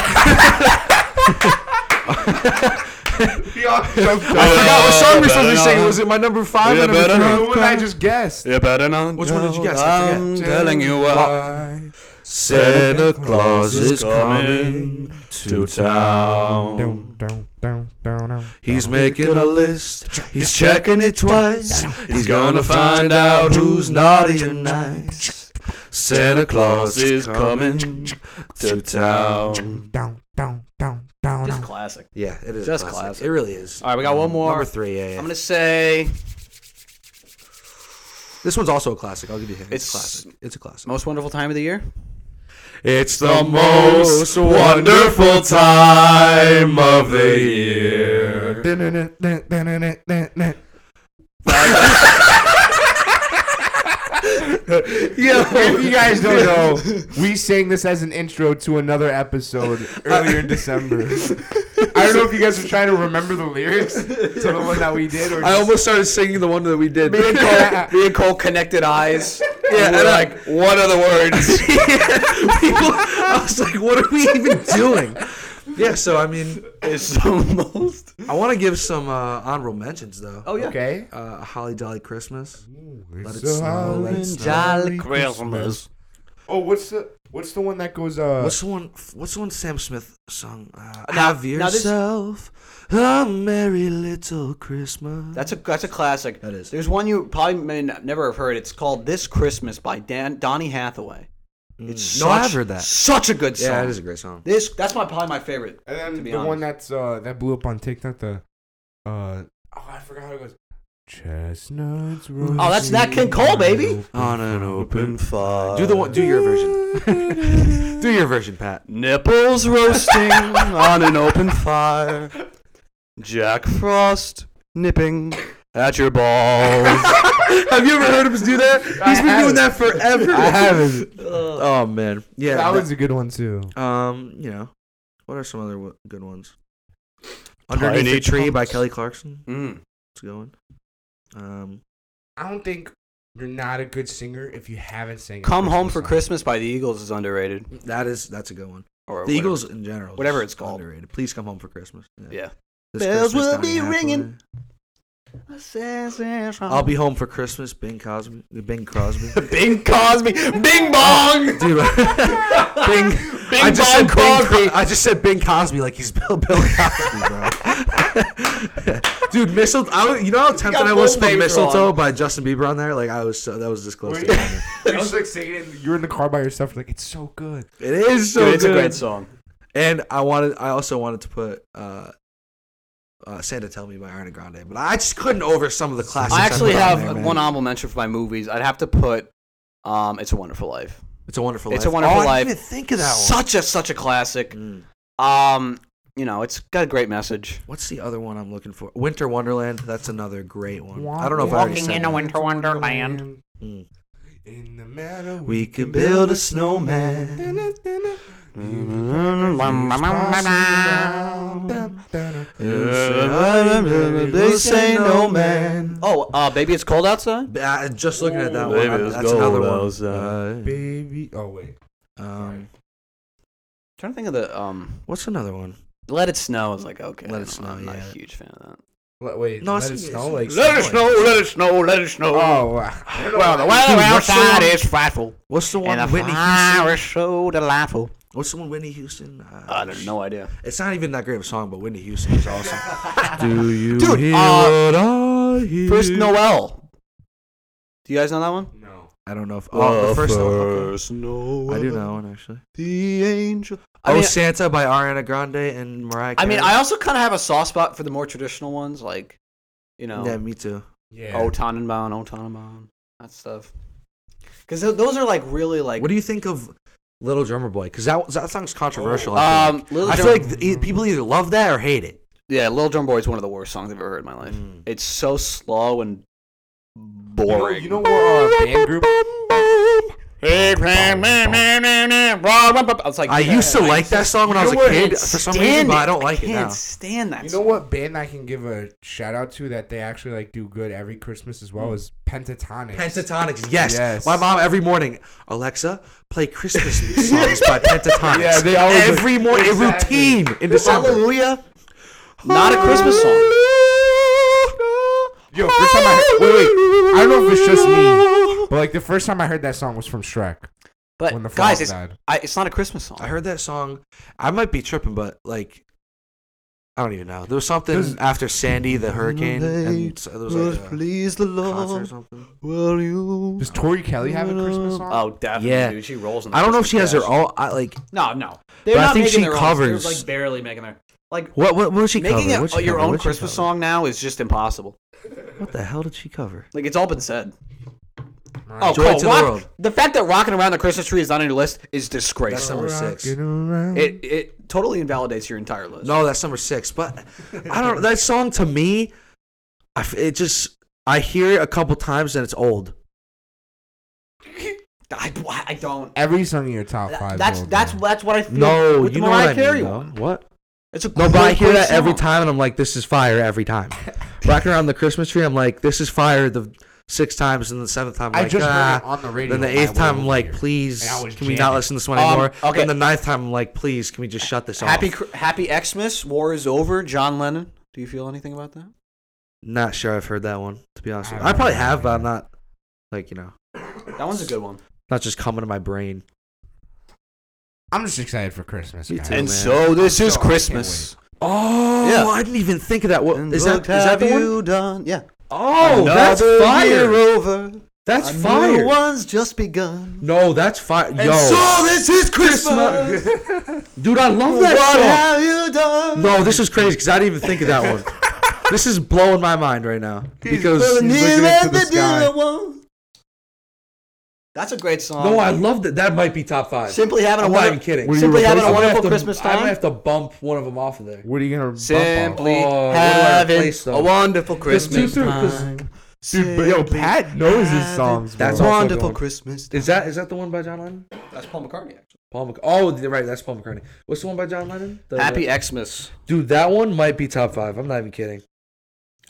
C: go. We all jumped
B: I
C: up.
B: forgot what song we're supposed to
A: better
B: be singing.
A: not.
B: Was it my number five?
A: Yeah,
B: or number
A: better
B: three?
A: not.
C: The one I just guessed.
A: Yeah, better not.
B: Which one did you guess? I forget.
A: I'm telling you what.
B: Santa Claus is coming to town.
C: Dun, dun, dun, dun, dun.
B: He's making a list. He's checking it twice. He's gonna find out who's naughty and nice. Santa Claus is coming to town.
C: Dun, dun, dun, dun,
A: Just
C: dun.
A: classic.
B: Yeah, it is
A: Just
B: classic.
A: classic.
B: It really is.
A: All right, we got one more.
B: Number three. Yeah, yeah.
A: I'm gonna say
B: This one's also a classic. I'll give you a hint. It's, a
A: It's-
B: classic. It's a classic.
A: most wonderful time of the
C: [laughs]
A: year.
B: It's the most wonderful time of the year.
C: Dun-dun-dun-dun-dun-dun-dun-dun. [laughs] If you guys don't know, we sang this as an intro to another episode earlier in December. I don't know if you guys are trying to remember the lyrics to the one that we did. Or
B: I
C: just-
B: almost started singing the one that we did.
A: Me and Cole, me and Cole connected eyes.
B: [laughs] Yeah,
A: we're
B: and I-
A: like what are the
B: [laughs]
A: words?
B: People, I was like, what are we even doing? Yeah, so I mean,
A: It's the most.
B: I want to give some uh, honorable mentions though.
A: Oh yeah.
C: Okay.
B: Uh, Holly Jolly Christmas.
C: Let
B: it snow, let it snow.
A: Jolly
C: Oh, what's the what's the one that goes? Uh,
B: What's the one? What's the one Sam Smith song? Uh,
A: Now-
B: Have
A: now this-
B: yourself a merry little Christmas.
A: That's a that's a classic.
B: That is.
A: There's one you probably may n- never have heard. It's called "This Christmas" by Dan Donny Hathaway. It's
B: Mm. No, I've
A: such-
B: heard that.
A: Such a good song.
B: yeah, it is a great song.
A: This that's my probably my favorite.
C: and
A: to
C: then
A: be
C: the one
A: honest.
C: that's uh that blew up on TikTok. The uh oh, I forgot how it goes. Chestnuts.
A: Oh, that's Nat King Cole, baby.
B: On an open
A: fire.
B: Do the one. Do your version. Do your version, [laughs] Pat.
A: Nipples
B: [laughs]
A: roasting on an open fire. Jack Frost nipping at your balls.
B: [laughs] Have you ever heard him do that? He's
C: I
B: been doing
C: haven't.
B: that [laughs] forever.
C: I haven't.
B: Oh man, yeah.
C: that
B: That
C: was a good one too.
B: um, you know, what are some other w- good ones?
A: Tiny
B: Underneath the Tree by
A: Trunks.
B: Kelly Clarkson.
A: Mm.
B: It's going. Um,
C: I don't think you're not a good singer if you haven't sang. a
A: Come Home for
C: song.
A: Christmas by the Eagles is underrated.
B: that is that's a good one.
A: Or
B: The
A: whatever.
B: Eagles in general, is
A: whatever it's called.
B: underrated. Please come home for Christmas.
A: Yeah.
B: This
A: Bells will
B: Donny
A: be
B: Hathaway.
A: ringing.
B: I'll be home for Christmas. Bing Cosby.
A: [laughs]
B: Bing Crosby.
A: Bing Cosby. Bing Bong.
B: Dude,
A: [laughs]
B: Bing.
A: Bing
B: I just
A: Bong
B: said Bing
A: Crosby.
B: Cosby. I just said Bing Cosby like he's Bill Bill Cosby, bro. [laughs] Dude, mistletoe. I was, you know how tempted
A: got
B: I was to
A: both
B: put
A: names
B: mistletoe
A: wrong.
B: by Justin Bieber on there. Like I was, so, that was this close.
C: Wait.
B: to it.
C: You're [laughs] just like singing. and You're in the car by yourself. Like it's so good.
B: It is so
A: Dude, it's
B: good.
A: a great song.
B: And I wanted. I also wanted to put. uh uh, Santa Tell Me by Ariana Grande, but I just couldn't over some of the classics.
A: I actually
B: put on
A: have
B: there, man.
A: one honorable mention for my movies. I'd have to put um, "It's a Wonderful Life."
B: It's a Wonderful Life.
A: It's a Wonderful
B: oh, I
A: Life.
B: didn't even think of that one.
A: Such a such a classic.
B: Mm.
A: Um, you know, it's got a great message.
B: What's the other one I'm looking for? Winter Wonderland. That's another great one.
C: Walk-
B: I don't know if I already
C: walking
B: said
C: in
B: that.
C: a winter wonderland.
B: Mm.
C: In the meadow,
B: We can build a snowman.
C: They
B: They say no man.
A: Oh, uh, baby, it's cold outside.
B: But I- just looking at that
C: Ooh.
B: one.
C: Baby,
B: I-
C: it's
B: that's another one.
C: uh,
B: Uh,
C: Baby, oh wait,
B: Um,
A: trying to think of the um,
B: what's another one?
A: "Let It Snow." I was like, okay,
B: Let
A: I
B: It
A: don't
B: Snow,
A: know, I'm not
B: yeah.
A: a huge fan of that.
C: Let- wait,
B: No,
C: let
B: it's-
C: it
B: it's-
C: snow. Like
B: Let it snow,
A: let it snow, let it snow.
C: Oh, wow.
A: well, the weather
B: What's the
A: outside
B: one-
A: is frightful,
B: What's the one?
A: and the
B: Whitney
A: fire
B: Houston.
A: is so delightful.
B: What's someone Whitney Houston? Uh,
A: I don't no
B: [laughs]
A: idea.
B: It's not even that great of a song, but Whitney Houston is awesome.
C: [laughs] Do you
A: Dude,
C: hear
A: uh,
C: what I hear?
A: First Noel. Do you guys know that one?
C: No.
B: I don't know if oh the first one. Okay.
A: Noel.
B: I do know one actually.
A: The angel. I
B: Oh
A: mean,
B: Santa by Ariana Grande and Mariah.
A: I
B: Carey.
A: mean, I also kind of have a soft spot for the more traditional ones, like you know,
B: yeah, me too.
C: Yeah.
B: Oh,
A: O Tannenbaum, O Tannenbaum, that stuff. Because those are like really like.
B: what do you think of Little Drummer Boy? Because that that song's controversial. I feel
A: um, Little
B: like, I
A: Drum,
B: feel like th- e- people either love that or hate it.
A: yeah, Little Drum Boy is one of the worst songs I've ever heard in my life.
B: Mm.
A: It's so slow and
C: You know,
A: boring.
C: you know what uh, band group?
A: I was like,
B: I used to like that song when I was a
C: You know what?
B: kid for some reason, but I don't like it
A: can't
B: now.
A: stand that.
C: You know
A: song.
C: what band I can give a shout out to that they actually like do good every Christmas as well is Pentatonic.
B: Hmm. Pentatonics, yes.
C: Yes.
B: My mom every morning, Alexa, play Christmas
C: [laughs]
B: songs by Pentatonics.
C: Yeah, they always-
B: every morning
C: Exactly.
B: a routine in December.
A: Hallelujah. Not a Christmas song.
C: Yo, first time I heard, wait, wait, I don't know if it's just me, but like the first time I heard that song was from Shrek when the
A: But
C: frogs
A: guys, it's,
C: died.
A: I, it's not a Christmas song.
B: I heard that song. I might be tripping, but like, I don't even know. There was something
C: There's-
B: after Sandy the hurricane, and so there was like a
A: please the
B: concert or something.
A: Will you?
C: Does Tori Kelly have a Christmas song?
A: Oh, definitely,
B: Yeah.
A: dude. She rolls. In the
B: I don't know if she has
A: Christmas
B: her own. I like
A: cash. No, no. They're
B: But I
A: not
B: think
A: making
B: she
A: their own.
B: covers-
A: They're like barely making their like
B: what? What, what did she
A: making
B: cover?
A: a-
B: What'd she
A: your
B: cover?
A: own
B: What'd she
A: Christmas
B: cover?
A: song now is just impossible.
B: What the hell did she cover?
A: Like it's all been said.
C: Right.
A: Oh,
B: Joy
A: Cole,
B: to the
A: rock-
B: world.
A: The fact that rocking around the Christmas tree is not on your list is
B: That's
A: disgraceful.
B: number six.
C: Rockin' around.
A: It it totally invalidates your entire list.
B: No, that's number six. But I don't. That song to me, I f it just I hear it a couple times and it's old.
A: I, I don't.
C: Every song in your top
A: That-
C: five.
A: that's
C: will,
A: that's
C: though.
A: that's what I feel.
B: No,
A: with
B: you
A: the
B: know
A: Mariah
B: what I
A: Carey
B: mean.
A: one.
B: though. What?
A: It's a
B: No, but I
A: great,
B: hear
A: great
B: that every
A: song.
B: time, and I'm like, this is fire every time. Rocking around the Christmas tree, I'm like, this is fire the six times, and the seventh time, I'm
C: I
B: like,
C: just heard it
B: ah.
C: on the radio.
B: Then the
C: on my
B: eighth
C: way
B: time,
C: over
B: I'm like,
C: here.
B: please,
C: And I was
B: can we not
C: jamming.
B: listen to this one
A: Um,
B: anymore?
A: okay.
B: And the ninth time, I'm like, please, can we just shut this off?
A: Happy Cr- Happy Xmas. War is over. John Lennon. Do you feel anything about that?
B: Not sure I've heard that one, to be honest. With you.
C: I
B: I probably
C: don't
B: have,
C: know.
B: but I'm not, like, you know,
A: That one's a good one.
B: not just coming to my brain.
C: I'm just excited for Christmas.
B: Me
C: guys.
B: too, And man.
A: so this
C: is Christmas.
B: Oh,
A: Yeah.
B: I didn't even think of that. What,
A: And
B: is that,
A: look
B: is that the
A: have
B: one?
A: you done? Yeah.
B: Oh, that's
A: Another year
B: fire.
A: over.
B: That's
A: A new
B: fire. Oh.
A: one's just begun.
B: No, that's fire. Yo.
A: this is
B: Dude, I love that song.
A: you done?
B: No, this is crazy because I didn't even think of that one. [laughs] this is blowing my mind right now because
C: He's looking into the sky.
A: That's a great song.
B: no, I love that. That might be top five.
A: Um, Simply having a
B: I'm not
A: wonder-
B: even kidding.
A: Were you Simply having a
B: I'm gonna have
A: wonderful
B: to-
A: Christmas
B: I'm gonna
A: time?
B: have to bump one of them off of there.
C: What are you gonna bump off?
A: Simply
B: Oh, what do I
A: having
B: replace, though?
A: a wonderful
B: It's too
A: Christmas
B: soon, 'cause-
A: time.
C: Dude, but yo,
A: Simply
C: Pat knows his
A: having
C: songs. Bro.
B: That's
A: a
B: also
A: wonderful
B: going.
A: Christmas.
B: Is that is that the one by John Lennon?
A: That's Paul McCartney. Actually.
B: Paul Mc- Oh, th- right, that's Paul McCartney. What's the one by John Lennon? The-
A: Happy Xmas.
B: dude, that one might be top five. I'm not even kidding. Two-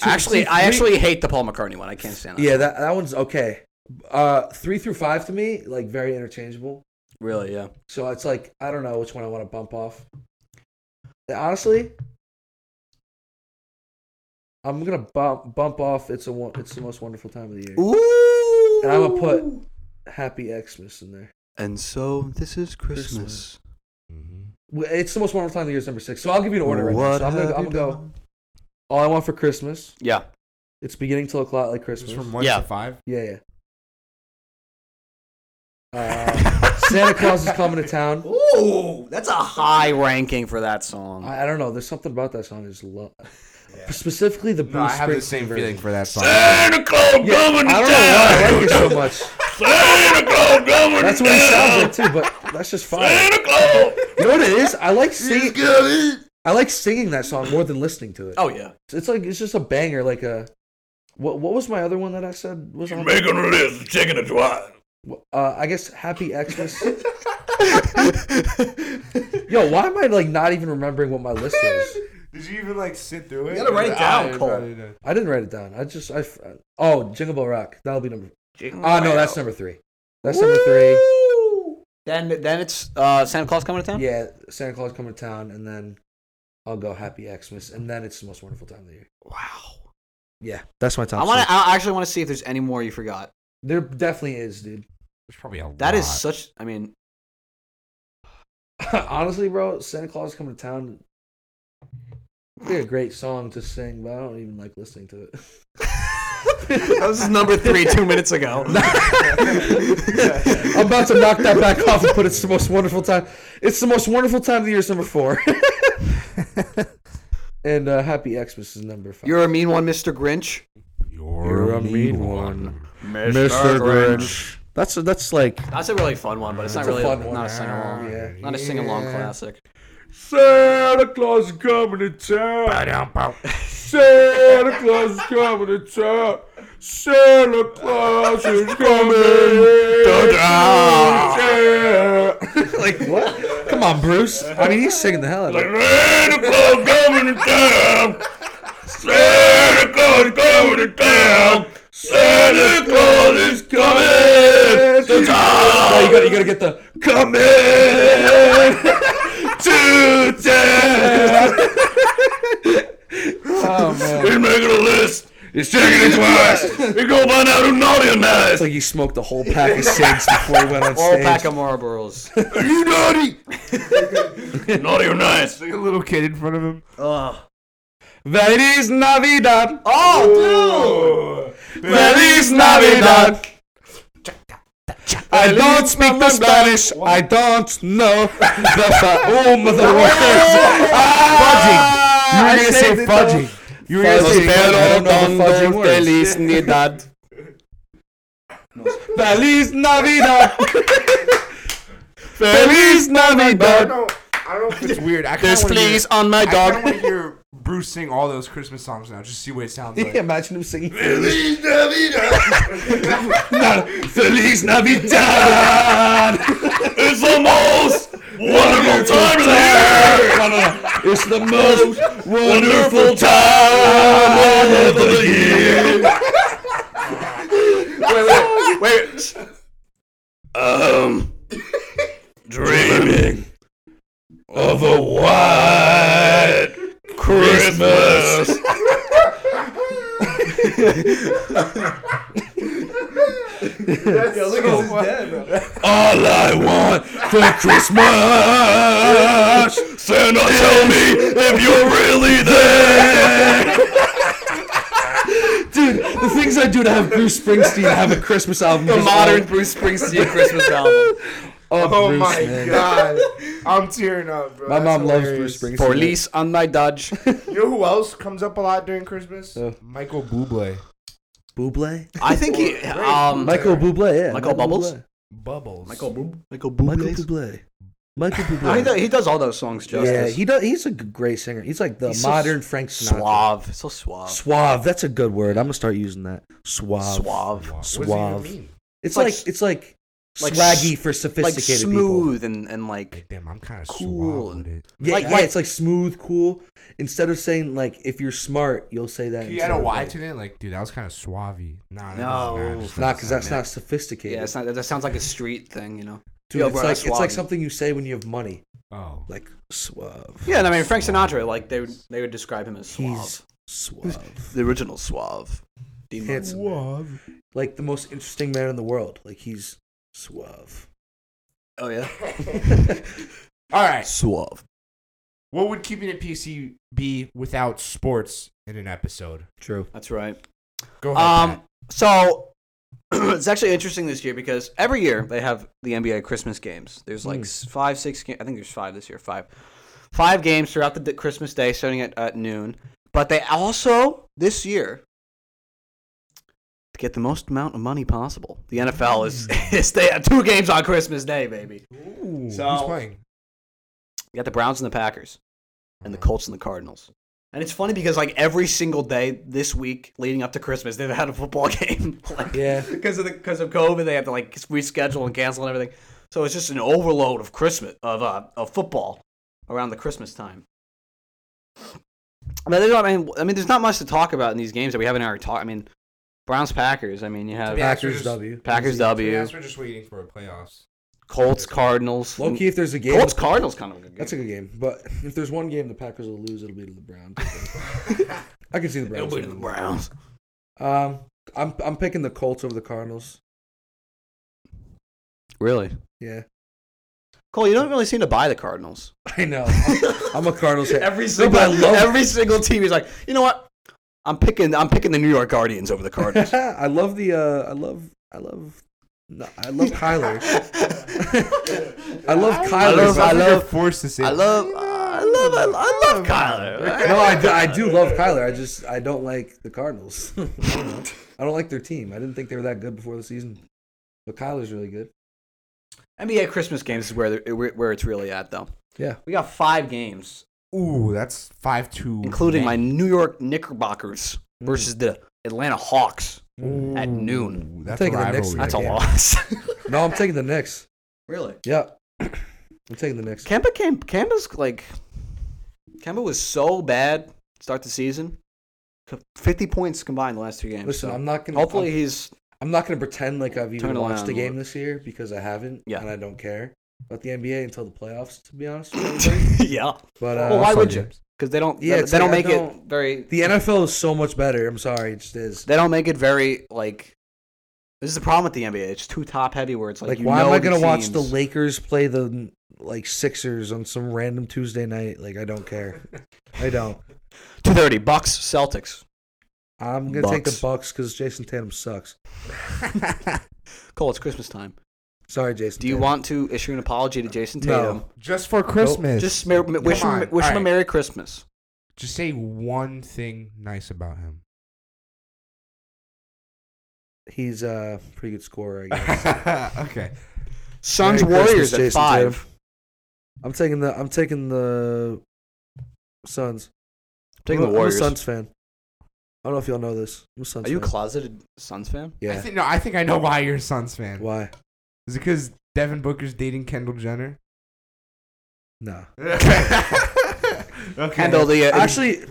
A: Actually,
B: two,
A: I
B: three-
A: actually hate the Paul McCartney one. I can't stand that.
B: yeah, that that one's okay. Uh, three through five to me, like very interchangeable.
A: really. Yeah.
B: So it's like I don't know which one I want to bump off. Honestly, I'm gonna bump bump off. It's a one. It's the most wonderful time of the year.
A: Ooh.
B: And I'ma put- Happy Xmas in there.
A: And so this is
B: Christmas.
A: Christmas.
B: W- It's the most wonderful time of the year. Is number six. So I'll give you an order right now. So I'm gonna, I'm gonna go. All I want for Christmas.
A: Yeah.
B: It's beginning to look a lot like
C: Just
B: Christmas.
C: from one
A: Yeah.
C: to five.
B: yeah, yeah. Uh, Santa Claus is coming to
C: [laughs]
B: town.
A: Ooh, that's a high ranking for that song.
B: I, I don't know. There's something about that song. Is love. Specifically the Bruce
C: No, I have the
B: Springsteen
C: same
B: version.
C: feeling for that song.
B: Yeah, I don't know why I like it so much. That's what he sounds like too, but that's just fire. You know what it is? I like singing. I like singing that song more than listening to it.
A: oh yeah.
B: It's like it's just a banger. Like a what? What was my other one that I said was on?
D: Making a list, checking it twice.
B: Uh, I guess Happy
A: [laughs]
B: Xmas. Yo, why am I like not even remembering what my list was?
C: Did you even like sit through it?
A: gotta write it down,
C: I-
A: Cole.
C: I didn't.
B: I didn't write it down. I just I oh Jingle Bell Rock. That'll be number.
A: Oh,
B: Ah no, that's number three. That's number three.
A: Then then it's uh, Santa Claus coming to town.
B: Yeah, Santa Claus coming to town, and then I'll go Happy Xmas, and then it's the most wonderful time of the year.
A: Wow.
B: Yeah, that's my top.
A: I want to. I actually want to see if there's any more you forgot.
B: There definitely is, dude.
C: There's probably a
A: That is
C: lot.
A: such. I mean,
B: [laughs] Honestly, bro, Santa Claus coming to town. would Be a great song to sing, but I don't even like listening to it.
A: [laughs] That was number three two minutes ago.
B: [laughs] I'm about to knock that back off and put it's the most wonderful time. It's the most wonderful time of the year is number four. [laughs] and uh, Happy Xmas is number
A: [laughs]
B: 5
A: You're a mean one, Mr. Grinch.
C: You're
B: a mean one,
C: Mr. Grinch.
B: that's that's like
A: That's a really fun one, but it's not
B: a
A: really
B: fun one.
A: not a sing along.
B: Yeah.
A: Not a sing along classic.
C: Santa Claus is coming to town. Santa Claus is coming to town. Santa Claus is coming to
D: Ah.
C: town.
A: [laughs]
B: like what? Come on,
C: [laughs]
B: Bruce. I mean, he's singing the hell out of it.
D: Santa Claus coming to town. Santa Claus coming to town. Santa Claus is coming to
B: Oh, you
D: town.
B: gotta, you gotta get the.
D: Coming to town.
B: Oh man.
D: He's making a list. He's checking it twice. He's gonna find out who's naughty or nice.
B: It's like you smoked the whole pack of cigs before you went on
A: [laughs] Whole
B: stage.
A: pack of [laughs] Marlboros.
D: Are you naughty? naughty or nice?
C: A little kid in front of him.
B: Feliz Navidad.
C: Oh, dude!
B: Feliz Navidad. I don't speak the Spanish. I don't know
C: [laughs]
B: the um of the words.
C: Fudging. You were
B: I
C: gonna say
B: saved it,
C: fudging. You were gonna
B: Fudging.
C: say
B: Pero
C: fudging.
B: I don't know the fudging words.
C: [laughs]
E: Feliz Navidad.
B: Feliz Navidad. Feliz
C: I don't
B: Navidad.
C: know. I don't know if it's weird. I
E: There's fleas
D: oh
E: on my
C: I kind
E: dog.
C: of want to hear Bruce sing all those Christmas songs now. Just see what
B: [laughs]
C: it sounds like.
B: imagine him singing.
D: Feliz Navidad.
B: Feliz Navidad.
D: It's the most wonderful time of the year.
B: It's the most
D: Wonderful time of the year.
A: wait, wait, wait.
D: Um, dreaming of a white Christmas. All I want for Christmas, Santa, tell me if you're really there.
B: dude. The things I do to have Bruce Springsteen have a Christmas album.
A: The
B: Just
A: modern
B: all
A: Bruce Springsteen
B: [laughs]
A: Christmas album.
B: up
C: Oh
B: Bruce,
C: my
B: man.
C: god, I'm tearing up, bro.
B: My
C: That's
B: mom loves
C: hilarious.
B: Bruce Springsteen.
A: Police on my Dodge.
C: You know who else comes up a lot during Christmas?
B: Who?
C: Michael Bublé.
B: Buble.
A: [laughs] I think he um
B: Michael Buble. Yeah.
A: Michael Bubbles?
B: Bublé.
C: Bubbles.
A: Michael Boob Michael
B: Michael
A: Boob.
B: Buble. Michael
A: Oh, he, does,
B: Buble.
A: he does all those songs justice.
B: yeah, he does. He's a g- great singer. He's like the
A: He's so
B: modern Frank Sinatra.
A: suave, so suave,
B: Uh, Suave. That's a good word. I'm gonna start using that. Suave.
A: suave,
C: What does he even
B: Suave.
C: mean?
B: It's
A: Like
B: like,
A: s-
B: it's like,
A: like
B: swaggy
A: s-
B: for
A: like
B: sophisticated people.
A: smooth and and like
C: Damn, I'm kind of
A: Cool.
C: suave with it.
B: Yeah,
A: Like-
B: yeah,
A: like-
B: it's like smooth, cool. Instead of saying like if you're smart, you'll say that.
C: Can you add a
B: instead of,
C: Y
B: like-
C: to that? Like, dude, that was kind of suave. Nah, that
A: No.
C: doesn't matter.
B: Nah, because that's not
A: yeah.
B: sophisticated.
A: It's not, that sounds like a street thing, you know.
B: Dude,
A: Yo,
B: it's
A: bro,
B: like
A: that's
B: it's like
A: suave.
B: something you say when you have money,
C: Oh.
B: like suave.
A: Yeah, and I mean Frank Sinatra, like they would they would describe him as suave,
B: He's suave,
A: the original suave. Dean Martin.
B: handsome, like the most interesting man in the world. Like he's
A: [laughs]
B: suave.
A: Oh yeah,
C: All right.
A: suave.
C: What would keeping it PC be without sports in an episode?
B: True.
A: That's right.
C: Go ahead.
A: Um, so [clears throat] it's actually interesting this year because every year they have the NBA Christmas games. There's like
C: Hmm.
A: s
B: Mm.
A: five, six. Ga- I think there's five this year. Five, five games throughout the d- Christmas day, starting at, at noon. But they also this year to get the most amount of money possible. The NFL is [laughs]
C: Hmm.
A: is they have two games on Christmas Day, baby.
C: Pat. Ooh, who's
A: so-
C: playing?
A: You got the Browns and the Packers, and
C: Hmm.
A: the Colts and the Cardinals. And it's funny because like every single day this week leading up to Christmas, they've had a football [laughs] game. like,
B: Yeah.
A: because of the because of COVID, they have to like reschedule and cancel and everything. So it's just an overload of Christmas of uh, of football around the Christmas time. But there's not, I mean, I mean, there's not much to talk about in these games that we haven't already talked. I mean, Browns Packers. I mean, you have
C: Yeah,
B: Packers
C: just-
B: W.
A: Packers
C: Yeah,
A: W,
C: we're just waiting for a playoffs.
A: Colts Cardinals.
B: Low key, if there's a game,
A: Colts Cardinals kind of a good game.
B: that's a good game. But if there's one game the Packers will lose, it'll be to the Browns. I can see the Browns.
A: It'll be to the
B: winning.
A: Browns.
B: Um, I'm I'm picking the Colts over the Cardinals.
A: Really?
B: Yeah.
A: Cole, you don't really seem to buy the Cardinals.
B: [laughs] I know. I'm a Cardinals fan.
A: Every single every single team is like, you know what? I'm picking I'm picking the New York Guardians over the Cardinals.
B: [laughs] I love the. Uh, I love. I love. No, I love Kyler.
A: [laughs]
B: I love Kyler.
A: I love-
B: but-
A: I love-
C: forced to say.
A: I love I love I love, I love Kyler.
B: [laughs] no, I do, I do love Kyler. I just I don't like the Cardinals. [laughs] I, don't know. I don't like their team. I didn't think they were that good before the season, but Kyler's really good.
A: NBA Christmas games is where the, where where it's really at though.
B: Yeah.
A: We got 5 games
C: Ooh, that's five two.
A: including my New York Knickerbockers
B: Mm.
A: versus the Atlanta Hawks at noon.
C: That's
B: Taking
C: a
B: the
C: rivalry.
B: Knicks.
A: That's
B: a
A: a
B: game.
A: loss. [laughs]
B: No, I'm taking the Knicks.
A: really?
B: Yeah, [clears throat] I'm taking the Knicks.
A: Kemba came. Kemba's like, Kemba was so bad start the season. Fifty points combined the last two games.
B: Listen,
A: so
B: I'm not gonna.
A: hopefully he's [laughs]
B: I'm not going to pretend like I've even
A: Turn it
B: watched
A: around
B: the
A: a
B: game
A: little.
B: this year because I haven't,
A: Yeah.
B: and I don't care about the NBA until the playoffs, to be honest.
A: [laughs]
B: With everybody.
A: yeah.
B: but uh,
A: Well, why would you? Because they don't.
B: Yeah,
A: Yeah, they,
B: it's
A: don't
B: like,
A: make
B: I don't-
A: it very.
B: the NFL is so much better? I'm sorry, it just is.
A: They don't make it very like. This is the problem with the NBA. It's too top heavy where it's like,
B: Like,
A: you
B: why
A: know
B: am I
A: the
B: going to watch the
A: teams.
B: Lakers play the like Sixers on some random Tuesday night? Like, I don't
A: [laughs]
B: care. I don't.
A: 230 Bucks Celtics?
B: I'm going to take the
A: Bucks.
B: Bucks because Jason Tatum sucks.
A: Cole, it's Christmas time.
B: Sorry, Jason.
A: Do you
B: Tatum.
A: want to issue an apology to Jason
B: No.
A: Tatum?
C: [laughs] Just for Christmas.
A: Just mer- wish
C: Come
A: him,
C: on.
A: wish him
C: All
A: a
C: right.
A: Merry Christmas.
C: Just say one thing nice
A: [laughs]
C: about him. [laughs]
B: He's a pretty good scorer,
A: [laughs]
B: I guess.
C: okay.
A: Suns
B: Merry Christmas,
A: Warriors at
B: Jason
A: five.
B: Tatum. I'm taking the. I'm taking the. Suns.
A: Taking
B: I'm,
A: the
B: a-
A: Warriors.
B: I'm a Suns fan. I don't know if y'all know this. I'm a Suns
A: Are you a
B: fan.
A: closeted Suns fan?
C: I
B: yeah.
C: think, no, I think I know why you're a Suns fan.
B: Why?
C: Is it because Devin Booker's dating
A: [laughs]
C: Kendall Jenner?
B: Nah.
C: okay.
A: Handle the uh,
B: Actually,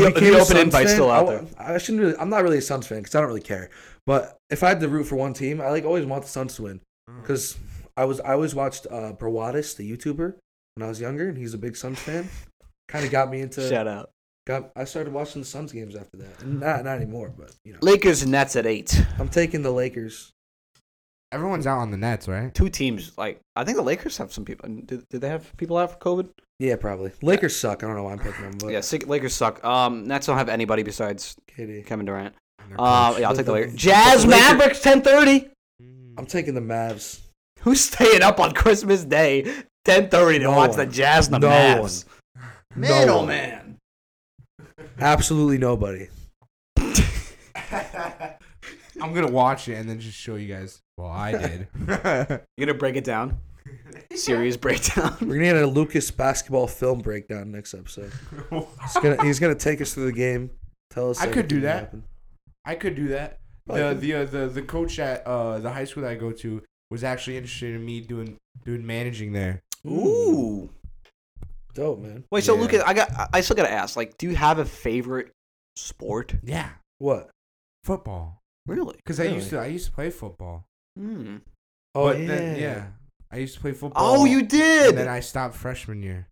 A: [laughs] the
B: became
A: open
B: a Suns
A: invite's
B: fan.
A: still out
B: I, wa- I shouldn't really. I'm not really a Suns fan because I don't really care. But if I had to root for one team, I like always want the Suns to win
A: Mm.
B: because I was I always watched uh, Brawadis, the YouTuber, when I was younger, and he's a big Suns fan. Kind of got me into.
A: shout out.
B: Got I started watching the Suns games after that. Not not anymore, but you know.
A: Lakers and Nets at eight.
B: I'm taking the Lakers.
C: Everyone's out on the Nets, right?
A: Two teams. Like I think the Lakers have some people. Did, did they have people out for COVID?
B: Yeah, probably. Lakers suck. I don't know why I'm picking them, but
A: Yeah, sick, Lakers suck. Um, Nets don't have anybody besides
B: Katie.
A: Kevin Durant.
C: And their
A: Uh,
C: coach.
A: yeah, I'll take the
B: The-
A: Lakers.
B: the
A: Jazz
B: Lakers-
A: Mavericks ten thirty.
B: I'm taking the Mavs.
A: Who's staying up on Christmas Day ten thirty to
B: No
A: watch
B: one.
A: the Jazz and the
B: No
A: Mavs?
B: No one.
A: Middleman.
B: Absolutely nobody.
C: I'm gonna watch it and then just show you guys. Well, I did.
A: [laughs] You gonna break it down? Serious breakdown.
B: [laughs] We're gonna get a Lucas basketball film breakdown next episode. He's [laughs] gonna, he's gonna take us through the game. Tell us.
C: I could do
B: everything
C: that.
B: happened.
C: I could do that.
A: Oh,
C: The the uh, the the coach at uh, the high school that I go to was actually interested in me doing doing managing there.
A: Ooh.
B: Dope, man.
A: Wait, so
C: Yeah.
A: Lucas, I got, I- I still gotta ask. Like, do you have a favorite sport?
C: Yeah,
B: What?
C: football.
A: Really?
C: Because I used to I used to play football.
A: Hmm.
B: Oh
C: but then yeah, I used to play football.
A: Oh, you
C: And
A: did.
C: then I stopped freshman year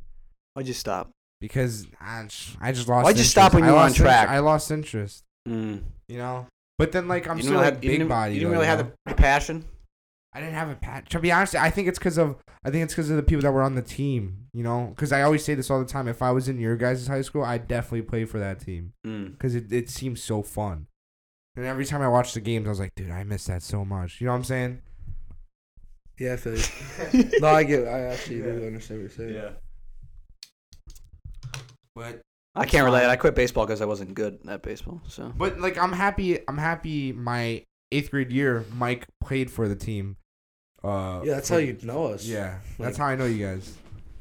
A: Why'd you stop?
C: because I just, I just lost.
A: Why'd you
C: interest.
A: stop when
C: I
A: you were on
C: lost interest-
A: track?
C: I lost interest.
A: Mm.
C: You know. But then like I'm
A: You didn't
C: still
A: really
C: like
A: have- you
C: big
A: didn't-
C: body.
A: You didn't
C: though,
A: really have
C: know?
A: the, the passion.
C: I didn't have a patch. To be honest, I think it's because of I think it's because of the people that were on the team. You know, because I always say this all the time. If I was in your guys' high school, I'd definitely play for that team
A: Mm.
C: because it it seems so fun. And every time I watched the games, I was like, dude, I miss that so much. You know what I'm saying?
B: Yeah, I feel you. no, I get. I [laughs] actually do understand what you're saying.
C: But
A: I can't relate. I quit baseball because I wasn't good at baseball. So
C: but like I'm happy. I'm happy. My eighth grade year, Mike played for the team. Uh,
B: Yeah, that's how
C: for-
B: you know us.
C: Yeah,
B: Like-
C: that's how I know you guys.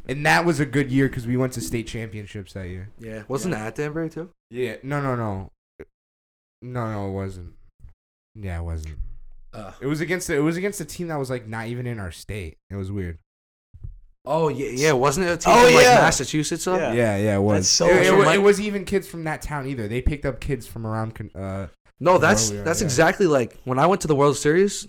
C: And that was a good year because we went to state championships that year.
B: Yeah. Wasn't that Danbury too?
C: Yeah. No, no, no. No, no, it wasn't. Yeah, it wasn't.
B: Uh,
C: It was against the, it was against a team that was like not even in our state. It was weird.
B: oh yeah, yeah. Wasn't it a team
A: Oh,
B: from
A: yeah.
B: like Massachusetts? Up?
A: Yeah.
C: yeah, it
A: that's so.
C: It, it,
A: weird.
C: wa- it was even kids from that town either. They picked up kids from around. con- Uh,
B: No, that's
C: we are,
B: that's
C: yeah.
B: exactly like when I went to the World Series.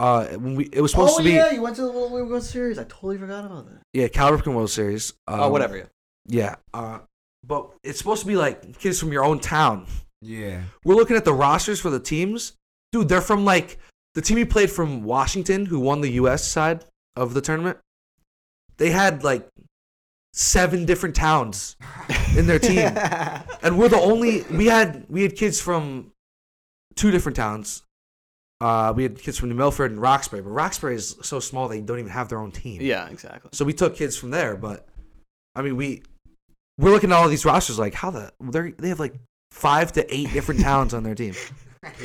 B: Uh, when we it was
A: Oh,
B: supposed to be yeah.
A: you went to the World World Series. I totally forgot about that.
B: Cal Ripken World Series. Um,
A: oh, whatever. Yeah.
B: Yeah. Uh, but it's supposed to be like kids from your own town. [laughs]
C: yeah,
B: We're looking at the rosters for the teams. Dude, they're from like the team he played from Washington, who won the U.S. side of the tournament. They had like seven different towns in
C: [laughs]
B: their team,
A: [laughs]
B: and we're the only we had we had kids from two different towns. Uh, we had kids from New Milford and Roxbury, but Roxbury is so small they don't even have their own team.
A: yeah, exactly.
B: So we took kids from there, but I mean we we're looking at all these rosters like how the they they have like five to
A: [laughs]
B: eight different towns on their team.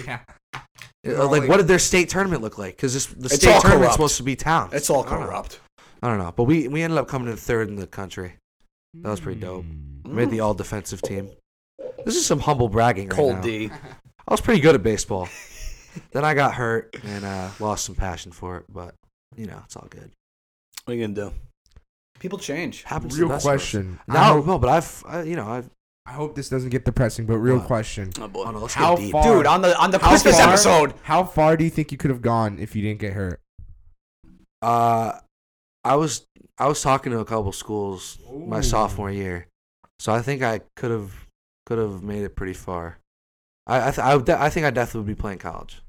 C: Yeah.
B: Uh, like what did their state tournament look like? Because this the
A: It's
B: state
A: all
B: tournament's
A: corrupt.
B: supposed to be towns.
A: It's all
B: I don't know.
A: corrupt.
B: I don't know, but we we ended up coming in third in the country. That was pretty dope.
C: Hmm.
A: Mm-hmm.
B: We made the all defensive team. This is some humble bragging right
A: Mm. Cold
B: now.
A: D.
B: I was pretty good at baseball. [laughs] then I got hurt and uh, lost some passion for it, but you know it's all good.
A: What are you gonna do? People change.
B: Happens. to the
C: Real
B: best of us.
C: question. I
B: No,
C: hope-
B: no, but I've I, you know I've
C: I hope this doesn't get depressing, but real
B: What?
C: question.
A: Oh boy.
B: oh, no, let's
C: How
B: get deep.
C: far-
A: Dude, on the on the
C: How
A: Christmas
C: far-
A: episode.
C: How far do you think you could have gone if you didn't get hurt?
B: Uh, I was I was talking to a couple schools my
C: Ooh.
B: sophomore year, so I think I could have could have made it pretty far. I I, th- I, would de- I think I definitely would be playing college.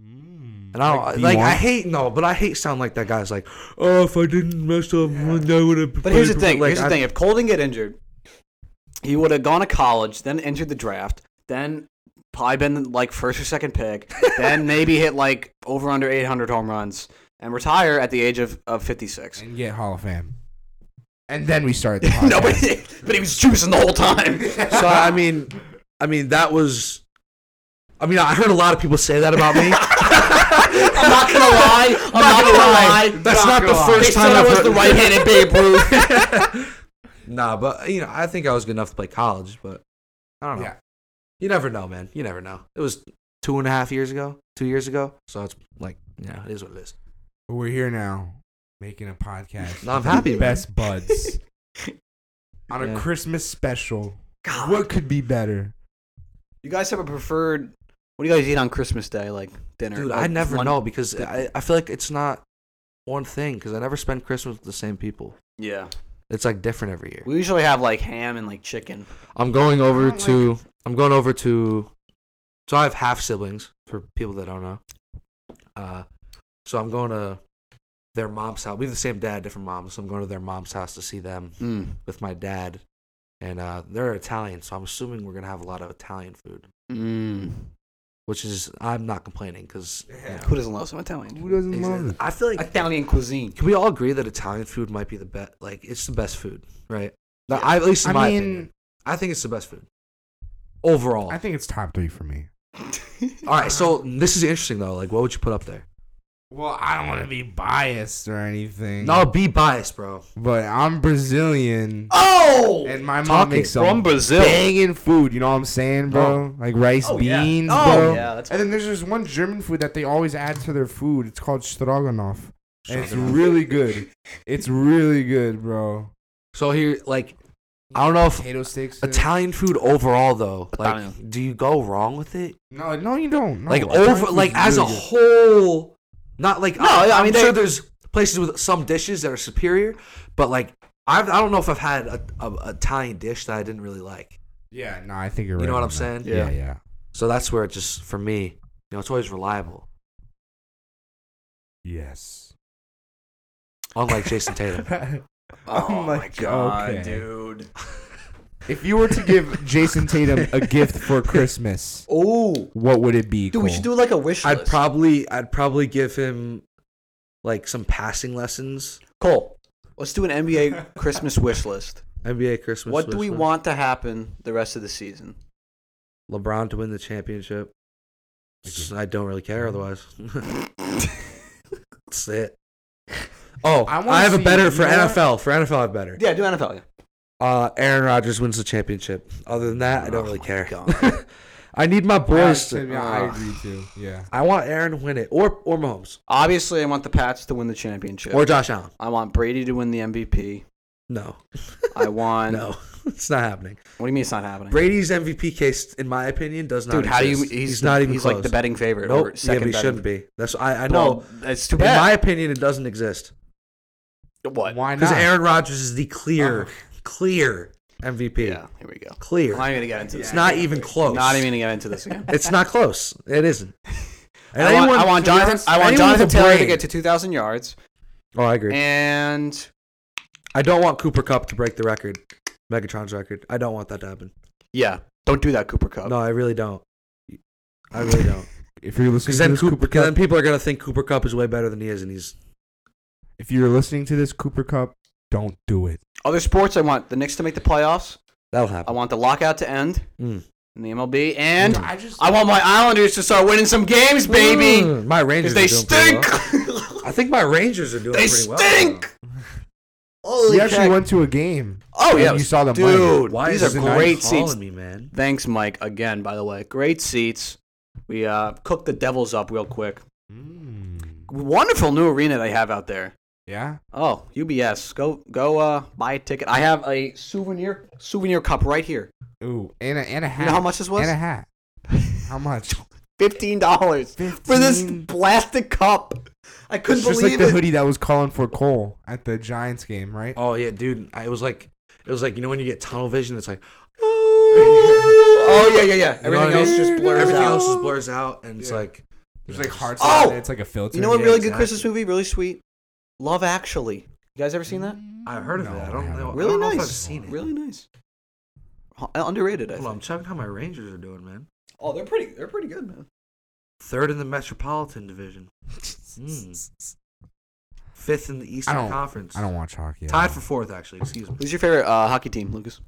B: And I don't, like,
C: Like
B: I
C: D1?
B: hate no, but I hate sound like that guy's like, oh, if I didn't mess up, I would have.
A: But here's the thing. here's the thing. If Cole didn't get injured, he would have gone to college, then entered the draft, then probably been like first or second
B: [laughs]
A: pick, then maybe hit like over under 800 home runs and retire at the age of, of 56.
C: and get Hall of Fame. And then we
B: [laughs]
C: started the
A: [laughs]
C: podcast.
A: No, but, but he was juicing the whole time.
B: So I mean, I mean that was. I mean, I heard a lot of people say that about me.
A: [laughs] I'm not
B: [laughs]
A: gonna lie. I'm not gonna lie.
B: That's not, the
A: They
B: first
A: said
B: time
A: I
B: I've
A: was
B: heard
A: the right-handed Babe
B: [laughs]
A: Ruth.
B: Nah, but you know, I think I was good enough to play college, but I don't know.
C: Yeah.
B: You never know, man. You never know. It was two and a half years ago, two years ago. So it's like, you know, it is what it is.
C: But we're here now, making a podcast.
B: [laughs] No, I'm
C: with the
B: happy, man. [laughs]
C: Best buds on a
B: Yeah.
C: Christmas special. What could be better?
A: You guys have a preferred? What do you guys eat on Christmas Day? Like dinner? Oh,
B: Dude, I
A: Like,
B: never
A: lunch-
B: know because I, I feel like it's not one thing because I never spend Christmas with the same people.
A: Yeah,
B: It's like different every year.
A: we usually have like ham and like chicken.
B: I'm going over
C: don't
B: to I'm going over to so I have half siblings for people that don't know. Uh, so I'm going to their mom's house. We have the same dad, different moms. So I'm going to their mom's house to see them
A: Mm.
B: with my dad, and uh, they're Italian. So I'm assuming we're gonna have a lot of Italian food,
A: Mm.
B: which is I'm not complaining because
A: Who doesn't love some Italian?
C: Who doesn't love it?
B: I feel like
A: Italian cuisine.
B: can we all agree that Italian food might be the best? Like it's the best food, right? No, I, at least in
C: I
B: my
C: mean-
B: opinion, I think it's the best food overall.
C: I think it's top three for me.
B: All right, so this is interesting though. Like, what would you put up there?
C: Well, I don't want to be biased or
A: Mm.
C: anything.
B: No, be biased, bro.
C: but I'm Brazilian,
A: Oh,
C: and my
B: Talk
C: mom
B: it.
C: makes some
A: from Brazil.
C: banging food. You know what I'm saying, bro? Like rice,
A: Oh, yeah.
C: beans,
A: Oh,
C: bro.
A: yeah, that's-
C: and then there's this one German food that they always add to their food. It's called stroganoff. And it's
B: Stroganoff.
C: really good. It's really good, bro.
B: So here, like, I don't know if
C: Potato sticks. in it.
B: Italian food overall though,
A: Italian.
B: like, do you go wrong with it?
C: No, no, you don't. No,
B: like
C: Italian
B: over,
C: food's
B: like as a
C: really good.
B: whole, not like
A: No,
B: I,
A: yeah, I
B: am
A: mean,
B: sure
A: they-
B: there's places with some dishes that are superior, but like I've, I don't know if I've had a, a, a Italian dish that I didn't really like.
C: Yeah, no, I think you're right.
B: You know what
C: on
B: I'm
C: that.
B: saying?
C: Yeah, yeah.
B: So that's where it just for me, you know, it's always reliable.
C: Yes.
B: Unlike Jason Tatum,
A: Oh,
C: I'm
A: my
C: like,
A: god,
C: okay.
A: dude.
C: if you were to give Jason Tatum a gift for Christmas,
A: Oh,
C: what would it be?
A: dude, we
C: Cole?
A: should do like a wish list.
B: I'd probably I'd probably give him like some passing lessons,
A: Cole, let's do an NBA Christmas wish list.
B: NBA Christmas.
A: what do
B: wish
A: we
B: list.
A: want to happen the rest of the season?
B: LeBron to win the championship. S- I don't really care otherwise. That's it. Oh,
C: I
B: I,
C: wanna
B: have a
C: see-
B: better
C: you
B: for
C: know what?
B: NFL. For NFL, I have better.
A: Yeah, do NFL. Yeah.
B: Uh, Aaron Rodgers wins the championship. Other than that, I don't
A: Oh
B: really
A: my
B: care.
A: God.
B: [laughs] I need my
C: Yeah,
B: boys to.
C: yeah, I
B: uh,
C: agree too. Ah. Yeah.
B: I want Aaron to win it, or or Mahomes,
A: Obviously, I want the Pats to win the championship.
B: or Josh Allen.
A: I want Brady to win the MVP.
B: No, [laughs]
A: I want.
B: no, it's not happening.
A: What do you mean it's not happening?
B: Brady's MVP case, in my opinion, does not.
A: Dude, how do you? He's,
B: exist. not even
A: He's
B: close.
A: like the betting favorite.
B: Nope.
A: or
B: Yeah,
A: second
B: but he
A: betting-
B: shouldn't be. That's I. I know.
A: Well, it's too
B: in my
A: bad.
B: opinion, it doesn't exist.
A: what?
C: Why
B: Because
C: not?
B: Aaron Rodgers is the clear, clear MVP.
A: Uh-huh. Yeah, here we go.
B: Clear.
A: I'm not even gonna get into this.
B: it's not even close.
A: Not even gonna get into this again.
B: [laughs] It's not close. It isn't.
A: [laughs] I want, I want
B: Anyone-
A: Jonathan. I want
B: anyone with
A: Jonathan
B: a
A: Taylor to
B: brain-
A: get to 2,000 yards.
B: Oh, I agree.
A: And
B: I don't want Cooper Cup to break the record, Megatron's record. I don't want that to happen.
A: yeah, don't do that, Cooper Cup.
B: No, I really don't. I
A: [laughs]
B: really don't.
C: If you're listening
B: Because
C: to
B: then,
C: this
B: Cooper,
C: Cooper
B: then
C: Cup,
B: people are gonna think Cooper Cup is way better than he is, and he's
C: if you're listening to this Cooper Cup, don't do it.
A: Other sports, I want the Knicks to make the playoffs.
B: that'll
A: I
B: happen.
A: want the lockout to end
B: Mm.
A: in the MLB, and
C: I just
A: I want my Islanders to start winning some games, baby,
B: Mm, my Rangers.
A: because they
B: are doing pretty
A: stink.
B: well.
A: [laughs]
B: I think my Rangers are doing
A: They
B: pretty well.
C: [laughs]
A: stink! Holy
C: you actually
A: crap.
C: went to a game.
A: Oh
C: and
A: yeah,
C: you saw them win.
A: dude.
B: Why
A: these
B: is
A: are
B: this guy
A: great
B: calling
A: seats.
B: me, man?
A: Thanks, Mike. Again, by the way, great seats. We uh, cooked the Devils up real quick. Wonderful new arena they have out there.
C: Hmm. Yeah.
A: Oh, UBS, go go uh, buy a ticket. I have a souvenir souvenir cup right here.
C: Ooh, and a and a hat.
A: You know how much this was?
C: And a hat. How [laughs] much?
A: Fifteen dollars for this
C: 15.
A: plastic cup. I couldn't
C: It's just
A: believe
C: like the
A: it.
C: hoodie that was calling for Cole at the Giants game, right?
B: Oh yeah, dude. I, it was like, it was like you know when you get tunnel vision, [laughs] it's like
A: Oh yeah, yeah, yeah.
B: You know
A: Everything
B: what I
A: else
B: mean?
A: just blurs
B: everything
A: out.
B: else just blurs out, and it's
C: Yeah.
B: like
C: There's like hearts.
A: Oh!
C: on it. It's like a filter.
A: You know what?
B: Yeah,
A: Really good
B: exactly.
A: Christmas movie. Really sweet. Love Actually. You guys ever seen that?
B: I heard of
C: No,
B: it. I
C: I
B: don't
C: haven't.
B: know. I
A: Really
B: don't know
A: nice.
B: if I've seen it.
A: Really nice. H- Underrated. I
B: Hold
A: think.
B: on, I'm checking how my Rangers are doing, man.
A: Oh, they're pretty. They're pretty good, man.
B: Third in the Metropolitan Division. Mm. Fifth in the Eastern
C: I don't-
B: Conference.
C: I don't watch hockey. at
B: Tied
C: all.
B: for fourth, actually. Excuse me.
A: Who's your favorite uh, hockey team, Lucas?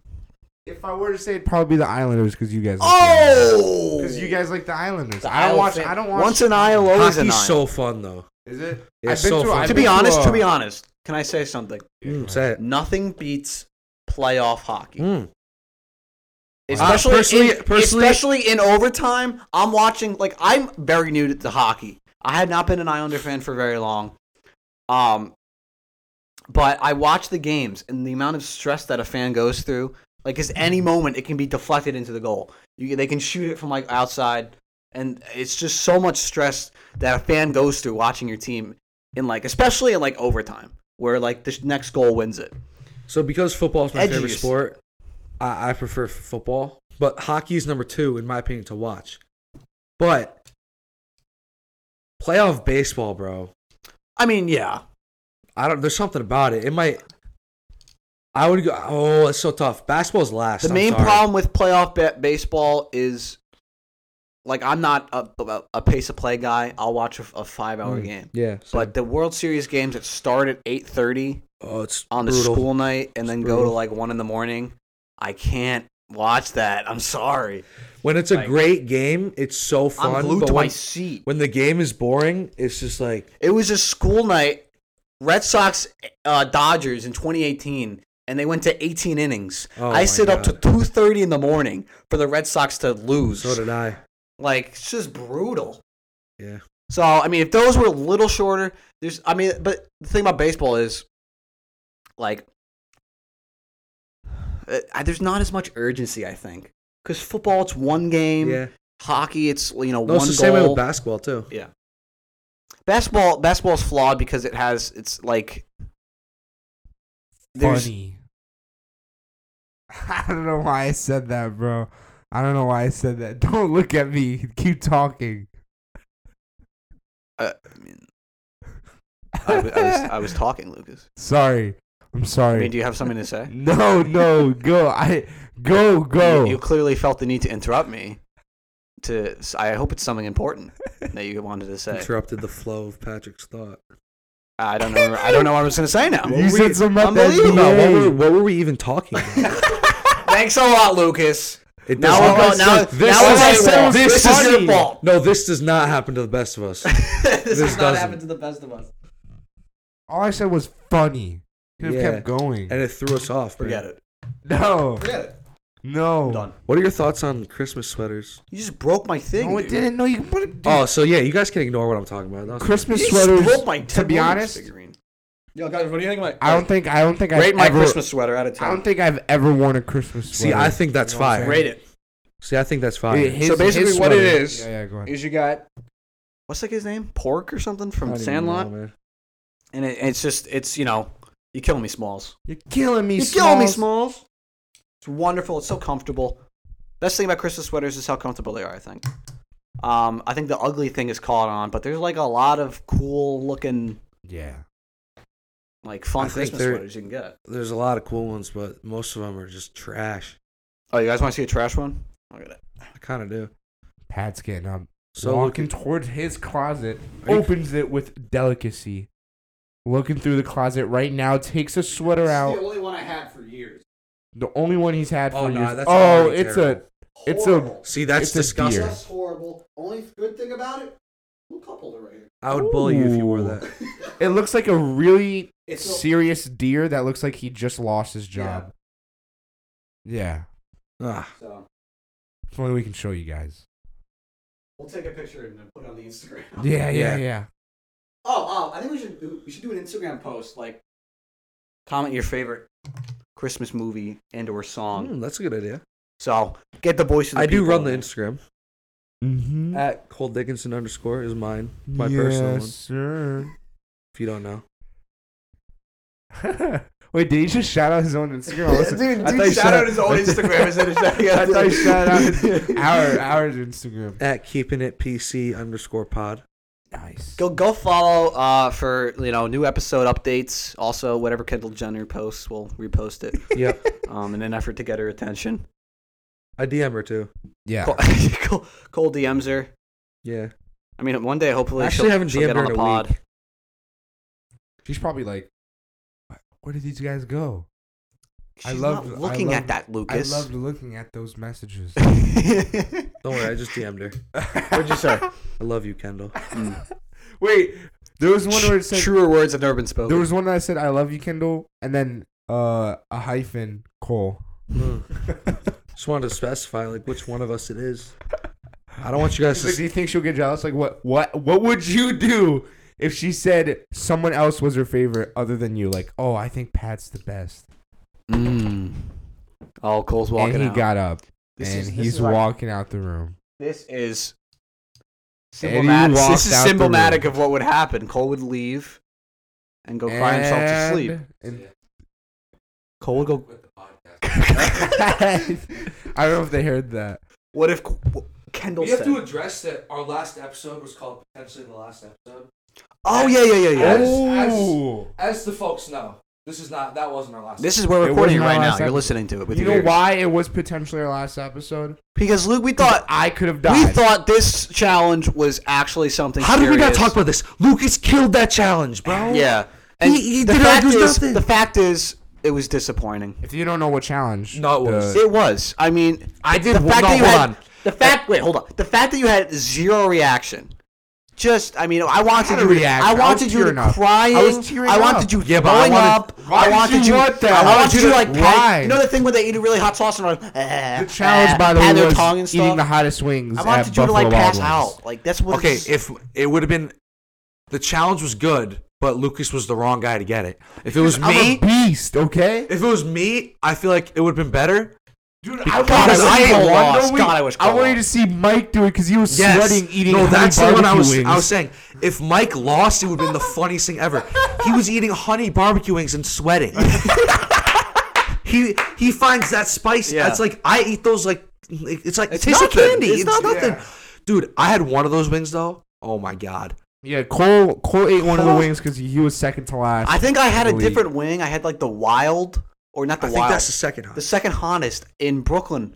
C: If I were to say, it'd probably be the Islanders because you guys.
A: Oh,
C: Because you guys like the Islanders.
A: The
C: I
A: Isle
C: don't watch.
A: fan.
C: I don't watch.
A: once an aisle, always an
B: Hockey's
A: aisle.
B: so fun though.
C: Is it?
B: Yeah,
C: I've
B: so
C: been
B: fun.
C: I've
A: To be
C: been
A: honest,
C: a-
A: to be honest, can I say something?
B: Mm, say it.
A: Nothing beats playoff hockey.
B: Mm.
A: Especially,
B: Uh, personally-
A: in,
B: personally-
A: especially in overtime, I'm watching. Like I'm very new to the hockey. I had not been an Islander fan for very long, um, but I watch the games and the amount of stress that a fan goes through. Like, is any moment it can be deflected into the goal. You, they can shoot it from like outside, and it's just so much stress that a fan goes through watching your team in like, especially in like overtime, where like the next goal wins it.
B: So because football is my favorite
A: Edgiest.
B: sport, I, I prefer f- football. But hockey is number two in my opinion to watch. But playoff baseball, bro.
A: I mean, yeah,
B: I don't. There's something about it. It might. I would go. Oh, it's so tough. Basketball's last.
A: The
B: I'm
A: main
B: sorry.
A: problem with playoff ba- baseball is, like, I'm not a, a, a pace of play guy. I'll watch a, a five hour
B: Mm,
A: game.
B: Yeah. so-
A: But the World Series games that start at 8:30
B: oh, it's
A: on the
B: brutal.
A: school night and then go to
B: brutal.
A: like one in the morning, I can't watch that. I'm sorry.
B: When it's a
A: Like-
B: great game, it's so fun.
A: I'm glued
B: but
A: to
B: when,
A: my seat.
B: when the game is boring, it's just like
A: It was a school night, Red Sox uh, Dodgers in 2018, and they went to 18 innings.
B: Oh my
A: I sit up to
B: God.
A: 2:30 in the morning for the Red Sox to lose.
B: so did I.
A: like it's just brutal.
B: Yeah.
A: So I mean, if those were a little shorter, there's I mean, but the thing about baseball is, like, uh, I- there's not as much urgency. I think because football, it's one game.
B: Yeah.
A: Hockey, it's you know
B: No,
A: one
B: it's the same way
A: goal.
B: with basketball too.
A: basketball, basketball's flawed because it has it's like there's
C: Funny. [laughs] I don't know why I said that, bro. I don't know why I said that. [laughs] Don't look at me. Keep talking.
A: Uh, I mean, I, wa- I was I was talking, Lucas.
C: Sorry. I'm
A: I
C: sorry.
A: mean, do you have something to say?
C: no, no, go. I go, go.
A: You, you clearly felt the need to interrupt me. To I hope it's something important that you wanted to say.
B: Interrupted the flow of Patrick's thought.
A: I don't know. I don't know what I was going to say now.
C: You said something about that
A: Unbelievable.
B: No, what were,
C: delay.
B: what were we even talking about?
A: [laughs] Thanks a lot, Lucas.
B: It
A: Now
B: doesn't-
A: we're going. Now,
C: This- this-
A: now
C: all I
A: it's
C: said
A: our fault.
C: was
A: this,
C: this
A: is
C: funny.
A: your fault.
B: No, this does not happen to the best of
A: [laughs]
B: us.
A: this,
B: This
A: does not
B: doesn't.
A: happen to the best of us.
C: All I said was funny. Could have
B: Yeah.
C: kept going.
B: And it threw us off. man.
A: Forget it.
C: no,
A: Forget it.
C: no.
A: I'm done.
B: What are your thoughts on Christmas sweaters?
A: You just broke my thing.
C: No, it
A: dude.
C: didn't. No, you can put it. Dude,
B: Oh, so yeah, you guys can ignore what I'm talking about. That was-
A: You
C: Christmas
A: just
C: sweaters.
A: broke my
C: To
A: Ted
C: be
A: Williams
C: honest,
A: figurine. Yo, guys, what do you think of my?
C: I don't think. I don't think I've
A: rate my
C: ever.
A: Christmas sweater out of
C: I don't
A: ten.
C: think I've ever worn a Christmas
B: See,
C: sweater.
B: I think that's
C: You know what I'm
B: fire.
A: Rate it.
B: See, I think that's fine.
C: It- his-
A: So basically
C: his
A: what it
C: sweater-
A: is-
C: Yeah, yeah, go ahead.
A: Is you got what's like his name? Pork or something
B: I
A: from
B: don't even
A: Sandlot?
B: know, man.
A: And it, it's just it's you know you killing me, Smalls.
C: You're killing me.
A: You're killing me, Smalls. It's wonderful. It's so comfortable. Best thing about Christmas sweaters is how comfortable they are. I think. Um, I think the ugly thing is caught on, but there's like a lot of cool looking
C: Yeah.
A: like fun
F: I think
A: Christmas
F: they're-
A: sweaters you can get.
F: There's a lot of cool ones, but most of them are just trash.
A: Oh, you guys want to see a trash one? Look at it.
F: I kind of do.
C: Pat's getting up.
F: So
C: walking
F: looking,
C: towards his closet,
F: Are you-
C: opens it with delicacy. Looking through the closet right now, takes a sweater out.
A: only one I had for years.
C: The only one he's had
F: Oh,
C: for
F: nah,
C: years.
F: that's
C: oh,
F: already
C: it's
F: terrible.
C: a, it's a.
F: see, that's
C: It's a
F: disgusting.
C: deer. That's
A: horrible. Only good thing about it, we'll couple it right here.
F: I would bully you if you wore
C: Ooh.
F: that.
C: It looks like a really
A: It's a-
C: serious deer that looks like he just lost his job. Yeah.
F: Ah,
A: So
C: If only we can show you guys.
A: we'll take a picture and then put it on the Instagram.
C: Yeah, yeah,
F: Yeah.
C: yeah.
A: [laughs] Oh, oh, I think we should do, we should do an Instagram post like comment your favorite Christmas movie and or song.
F: mm, that's a good idea.
A: So get the voice. Of the
F: I do
A: people.
F: run the Instagram
C: Mm-hmm.
F: at Cole Dickinson underscore is mine. My personal one.
C: sir.
F: If you don't know,
C: [laughs] Wait, did he just shout out his own
A: [laughs]
C: Instagram?
A: Oh,
C: I wasn't- I thought he
A: shout out his own Instagram instead of shouting out
C: I thought he
A: the-
C: shout out
A: [laughs]
C: his, our our Instagram.
F: at keeping it PC underscore pod.
C: Nice.
A: Go go follow uh, for you know new episode updates. Also, whatever Kendall Jenner posts, we'll repost it
F: Yep,
A: um, in an effort to get her attention.
F: [laughs] I DM her too.
C: Yeah.
A: Cole, [laughs] Cole, Cole DMs her.
F: Yeah,
A: I mean, one day hopefully
F: I actually
A: she'll,
F: haven't
A: she'll
F: DM'd
A: get
F: her
A: on
F: in
A: the
F: a
A: pod.
F: week.
C: She's probably like, "Wh- where did these guys go?
A: She's
C: I love-
A: not
C: I
A: looking
C: love-
A: at that, Lucas. [laughs]
C: I loved looking at those messages.
F: Don't worry, I just DM'd her.
C: What'd
A: you say?
F: I love you, Kendall.
C: [laughs] Wait, there was one where it said
A: Truer words have never been spoken.
C: there was one that said "I love you, Kendall," and then uh, a hyphen Cole.
F: [laughs] Mm. Just wanted to specify like which one of us it is. I don't want you guys
C: Like, do
F: to.
C: you think she'll get jealous? Like, what, what, what would you do if she said someone else was her favorite other than you? Like, oh, I think Pat's the best.
A: Mm. Oh, Cole's walking
C: and he
A: out.
C: got up
A: This
C: and
A: is- this
C: he's
A: is why-
C: walking out the room.
A: this is
C: And he
A: symbolic.
C: walked
A: This is
C: out the
A: symbolic
C: room.
A: of what would happen. Cole would leave and go cry himself to sleep.
C: And-
A: Cole would go.
C: [laughs] I don't know if they heard that.
A: What if what- Kendall said?
F: address that our last episode was called potentially the last episode.
A: oh yeah, yeah, yeah, yeah.
F: Yes.
C: Oh.
F: As the folks know, this is not that wasn't our last.
A: This is we're
C: It
A: recording it
C: wasn't our
A: right now.
C: last
A: You're
C: episode.
A: listening to it with
C: You
A: your
C: know
A: ears.
C: why it was potentially our last episode?
A: Because Luke, we thought
C: I could have
A: we
C: died.
A: thought this challenge was actually something.
F: How did we not
A: serious.
F: talk about this? Lucas killed that challenge, bro.
A: Yeah,
F: he
A: the
F: did
A: fact
F: argue
A: is,
F: nothing.
A: the fact is, it was disappointing.
C: if you don't know what challenge,
F: No, it was.
C: the-
A: It was. I mean,
F: I did-
A: The
F: well,
A: fact
F: no,
A: that you
F: hold
A: had,
F: on.
A: The fact. Wait, hold on. The fact that you had zero reaction. Just, I mean, I wanted
C: had a
A: you. To,
C: reaction.
A: I
C: I was
A: wanted you
C: tearing
A: to
C: up.
A: crying.
C: I was tearing
A: I wanted
C: up.
A: you
F: Yeah, but I
A: throwing
F: wanted-
A: up.
C: Why
A: I
C: did
A: wanted
C: you want that?
A: I
C: Why
A: wanted
C: did
A: you
C: you
A: to, like
C: lie?
A: pat, You know the thing where they eat a really hot sauce and are like, eh,
C: the challenge,
A: eh,
C: by the way,
A: pat their
C: was
A: tongue and
C: eating
A: stuff.
C: the hottest wings
A: I
C: at
A: wanted you to
C: Buffalo
A: like
C: Wild
A: pass
C: Wings.
A: out. Like that's what.
B: Okay,
A: it's-
B: if it would have been the challenge was good, but Lucas was the wrong guy to get it. If it was
C: I'm a
B: me,
C: beast, okay?
B: if it was me, I feel like it would have been better.
C: Dude,
A: I God, wish I Cole lost. God, I wish Cole
C: wanted to
A: lost.
C: see Mike do it because he was
B: Yes.
C: sweating eating.
B: No,
C: honey
B: that's the one I
C: barbecue
B: was.
C: Wings.
B: I was saying if Mike lost, it would have been the funniest thing ever. He was eating honey barbecue wings and sweating. he he finds that spice.
A: Yeah.
B: That's like I eat those like it's like
A: It's
B: tastes like
A: nothing.
B: candy.
A: It's
B: It's, not
A: nothing.
B: nothing.
C: Yeah.
B: Dude, I had one of those wings though. Oh my god.
C: Yeah, Cole. Cole ate one of the
A: Cole-
C: wings because he was second to last.
A: I think I had a
C: Elite.
A: different wing. I had like the wild, or not the
B: I
A: wild.
B: think that's the second.
A: the
B: Hunt.
A: second hottest in Brooklyn,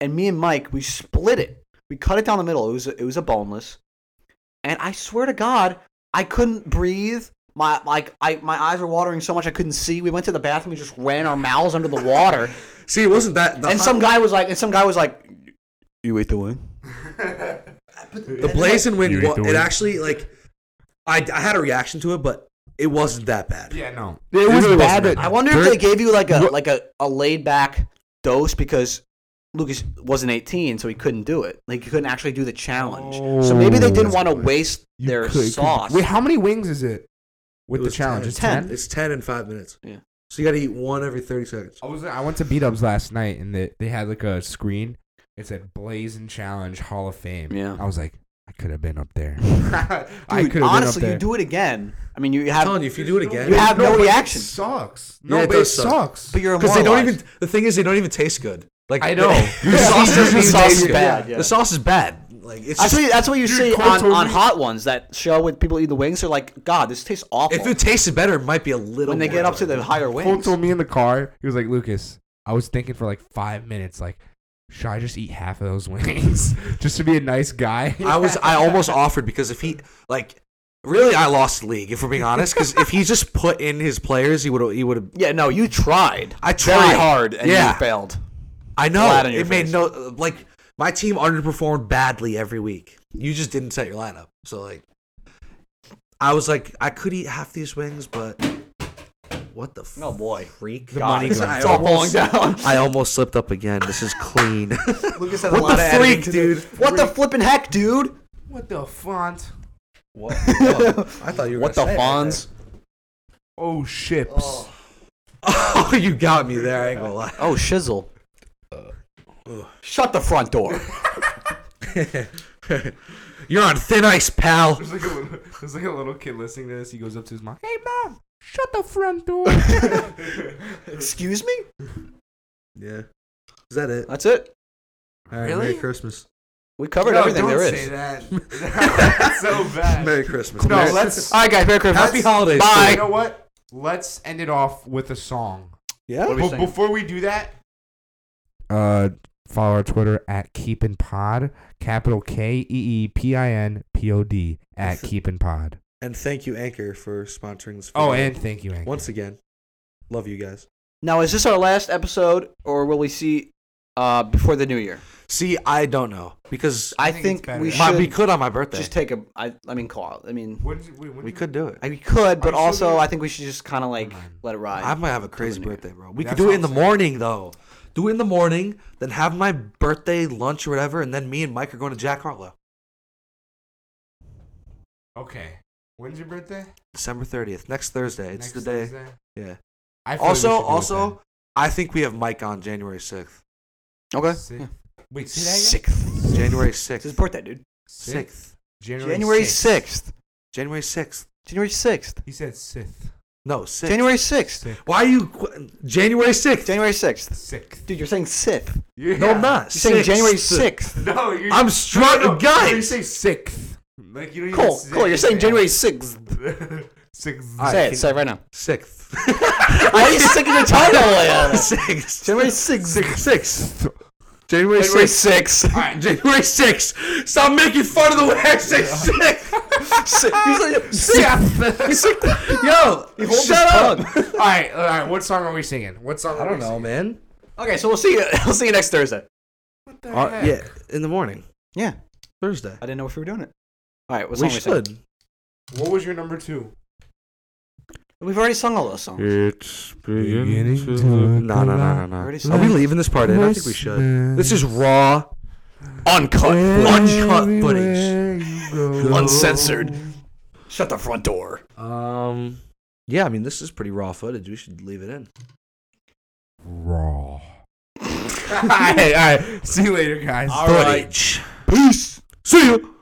A: and me and Mike we split it. We cut it down the middle. It was it was a boneless, and I swear to God, I couldn't breathe. My like I my eyes were watering so much I couldn't see. We went to the bathroom. We just ran our mouths under the
C: [laughs]
A: water,
B: See, it wasn't that. The,
A: and some guy was like, and some guy was like, "You ate the wing."
B: the blazing wing.
C: You ate
B: wa-
C: the
B: It
C: wing.
B: actually like, I, I had a reaction to it, but it wasn't that bad.
C: Yeah, no. It, was
B: really wasn't
C: bad.
B: bad.
C: but
A: I wonder if
C: dirt-
A: they gave you like a
C: What-
A: like a, a laid back dose because Lucas wasn't 18, so he couldn't do it. Like he couldn't actually do the challenge. so maybe they
C: Oh.
A: didn't want to waste
C: you
A: their
C: could- could-
A: sauce.
C: Wait, how many wings is it
B: It
C: with the
B: was
C: challenge?
B: 10.
C: It's ten.
B: It's ten in five minutes.
A: Yeah.
B: So you got to eat one every thirty seconds.
C: I was. I went to Beat Ups last night, and they, they had like a screen. It said Blazing Challenge Hall of Fame.
A: Yeah.
C: I was like, I could have been up there. [laughs]
A: [laughs]
C: I
A: Dude,
C: could have been up
A: honestly,
C: there.
A: you do it again. I mean, you
B: I'm
A: have
B: telling you, if you do it again,
A: You have no
C: but it
A: reaction.
C: sucks.
B: Yeah, it does suck.
A: But you're
B: because they don't even. The thing is, they don't even taste good. Like
C: I know.
B: [laughs] the
C: Your
B: sauce
C: sauce
B: doesn't
C: is
B: even
C: sauce
B: taste
C: is
B: good.
A: bad, yeah.
B: The sauce is bad. Like it's
A: That's
B: just,
A: what, you- that's what you
C: Dude,
A: see
C: Cole
A: on,
C: told
A: on
C: me-
A: Hot Ones, that show with people eat the wings. They're like, God, this tastes awful.
B: if it tasted better, it might be a little.
A: when they
B: more
A: get up to
B: better.
A: the higher
C: Cole
A: wings.
C: told me in the car, he was like, Lucas, I was thinking for like five minutes, like, should I just eat half of those [laughs] wings just to be a nice
A: [laughs]
C: guy?
B: I was I almost offered because if he like really I lost the league if we're being honest because if he just put in his players he would have he would have
A: Yeah, no, you tried.
B: I
A: Very
B: tried.
A: hard, and
B: Yeah.
A: you failed.
B: I know
A: Flat on your
B: it made
A: face.
B: no like my team underperformed badly every week you just didn't set your lineup so like I was like I could eat half these wings but what the f-
A: Oh, boy.
B: freak
C: The money
A: it's
C: goes.
A: all falling down.
B: [laughs]
C: [laughs]
A: [laughs]
B: I almost slipped up again this is [laughs] clean
A: Lucas has
B: What the
A: editing
B: freak,
A: to do.
B: dude?
A: What the flipping heck, dude?
C: What the font?
B: [laughs] what, I thought you were
A: What the fawns?
C: Oh, ships.
B: [laughs] oh you got me there I ain't gonna lie
A: Oh, shizzle. Shut the front
C: [laughs]
A: door.
B: [laughs] You're on thin ice, pal.
C: There's, like a little, there's like a little kid listening to this. He goes up to his mom. Hey, mom, shut the
A: [laughs]
C: front door.
A: Excuse me?
B: Yeah. Is that it?
A: That's it.
B: All right,
C: Really?
B: Merry Christmas.
A: We covered
C: no,
A: everything
C: don't
A: there
C: say
A: is.
C: that. [laughs] That's so bad.
B: Merry Christmas.
C: No, let's.
A: All right, guys. Merry Christmas.
B: Happy holidays.
A: Bye.
C: You know what? Let's end it off with a song.
A: What
B: Yeah.
A: are we
C: But
A: singing?
C: before we do that, uh, follow our Twitter at Keepin Pod, capital K E E P I N P O D at Keepin Pod.
B: And thank you, Anchor, for sponsoring this.
C: Oh,
B: video.
C: and thank you, Anchor.
B: once again, love you guys.
A: Now, is this our last episode, or will we see uh, before the new year?
B: See, I don't know because
A: I,
C: think
A: think,
C: it's better.
A: we
C: Might
A: should
B: my, we could on my birthday.
A: just take a. I, I mean, call. I mean,
C: When did, wait, when
B: we
C: did-
B: could do it.
A: I, we could, but
C: Are you sure
A: also
C: we-
A: I think we should just kind of like
C: Never mind.
A: let it ride.
B: I might have a crazy
A: Coming here.
B: birthday, bro. We
C: That's
B: could do
C: what
B: it in the
C: I'm saying.
B: morning, though. Do it in the morning, then have my birthday lunch or whatever, and then me and Mike are going to Jack Harlow,
C: Okay. When's your birthday?
B: December thirtieth, next Thursday. It's
C: Next
B: the day.
C: Thursday?
B: Yeah.
C: I feel like we
B: Also,
C: should do it
B: also, I think we have Mike on January sixth.
A: okay.
C: then. Sick.
A: Yeah.
C: Wait, say that again?
B: Sixth, January
A: It's his
B: sixth,
A: birthday, dude.
B: sixth,
C: January,
A: January
C: sixth.
A: sixth.
B: January sixth.
A: January sixth.
C: He said sixth.
B: No, sixth.
A: January sixth.
C: Sixth.
B: Why are you qu- January sixth?
A: January sixth.
C: Sixth.
A: Dude, you're saying sixth.
C: Yeah.
B: No, I'm not.
A: You're saying
B: Sixth.
A: January sixth.
C: [laughs] No, you're,
B: I'm
C: no,
B: struck,
C: no, no, You
B: guys.
C: say sixth. Like you don't even
A: Cool,
C: say
A: cool. You're saying
C: it.
A: January sixth.
C: [laughs] sixth.
B: All right,
A: Say it.
B: can-
A: Say it right now.
B: Sixth.
A: [laughs]
C: [laughs]
A: Why are you sticking your tongue all the way out?
B: sixth.
A: January sixth.
B: Sixth.
A: [laughs]
B: January
A: January
B: sixth.
A: sixth.
B: All
C: [laughs]
B: right, January sixth. Stop making fun of the way I say sixth. Yo, shut up.
C: [laughs] all right, all right. What song are we singing? What song?
B: I don't know, man.
A: Okay, so we'll see. You, [laughs] we'll see you next Thursday.
B: All right, Uh, yeah, in the morning,
A: Yeah,
B: Thursday.
A: I didn't know if we were doing it. All right, what's
B: we
A: song we sing?
B: should.
C: What was your number two?
A: We've already sung all those songs.
G: It's beginning to
B: No, no, no, no, no.
A: Already
B: Are
A: said
B: we
A: it.
B: leaving this part in? I think we should. This is raw,
A: Uncut,
B: uncut footage.
A: uncensored. Shut the front door.
B: Um, yeah, I mean, this is pretty raw footage. We should leave it in.
C: [laughs] Raw. all right, all right. See you later, guys.
B: footage.
A: Peace.
B: See ya.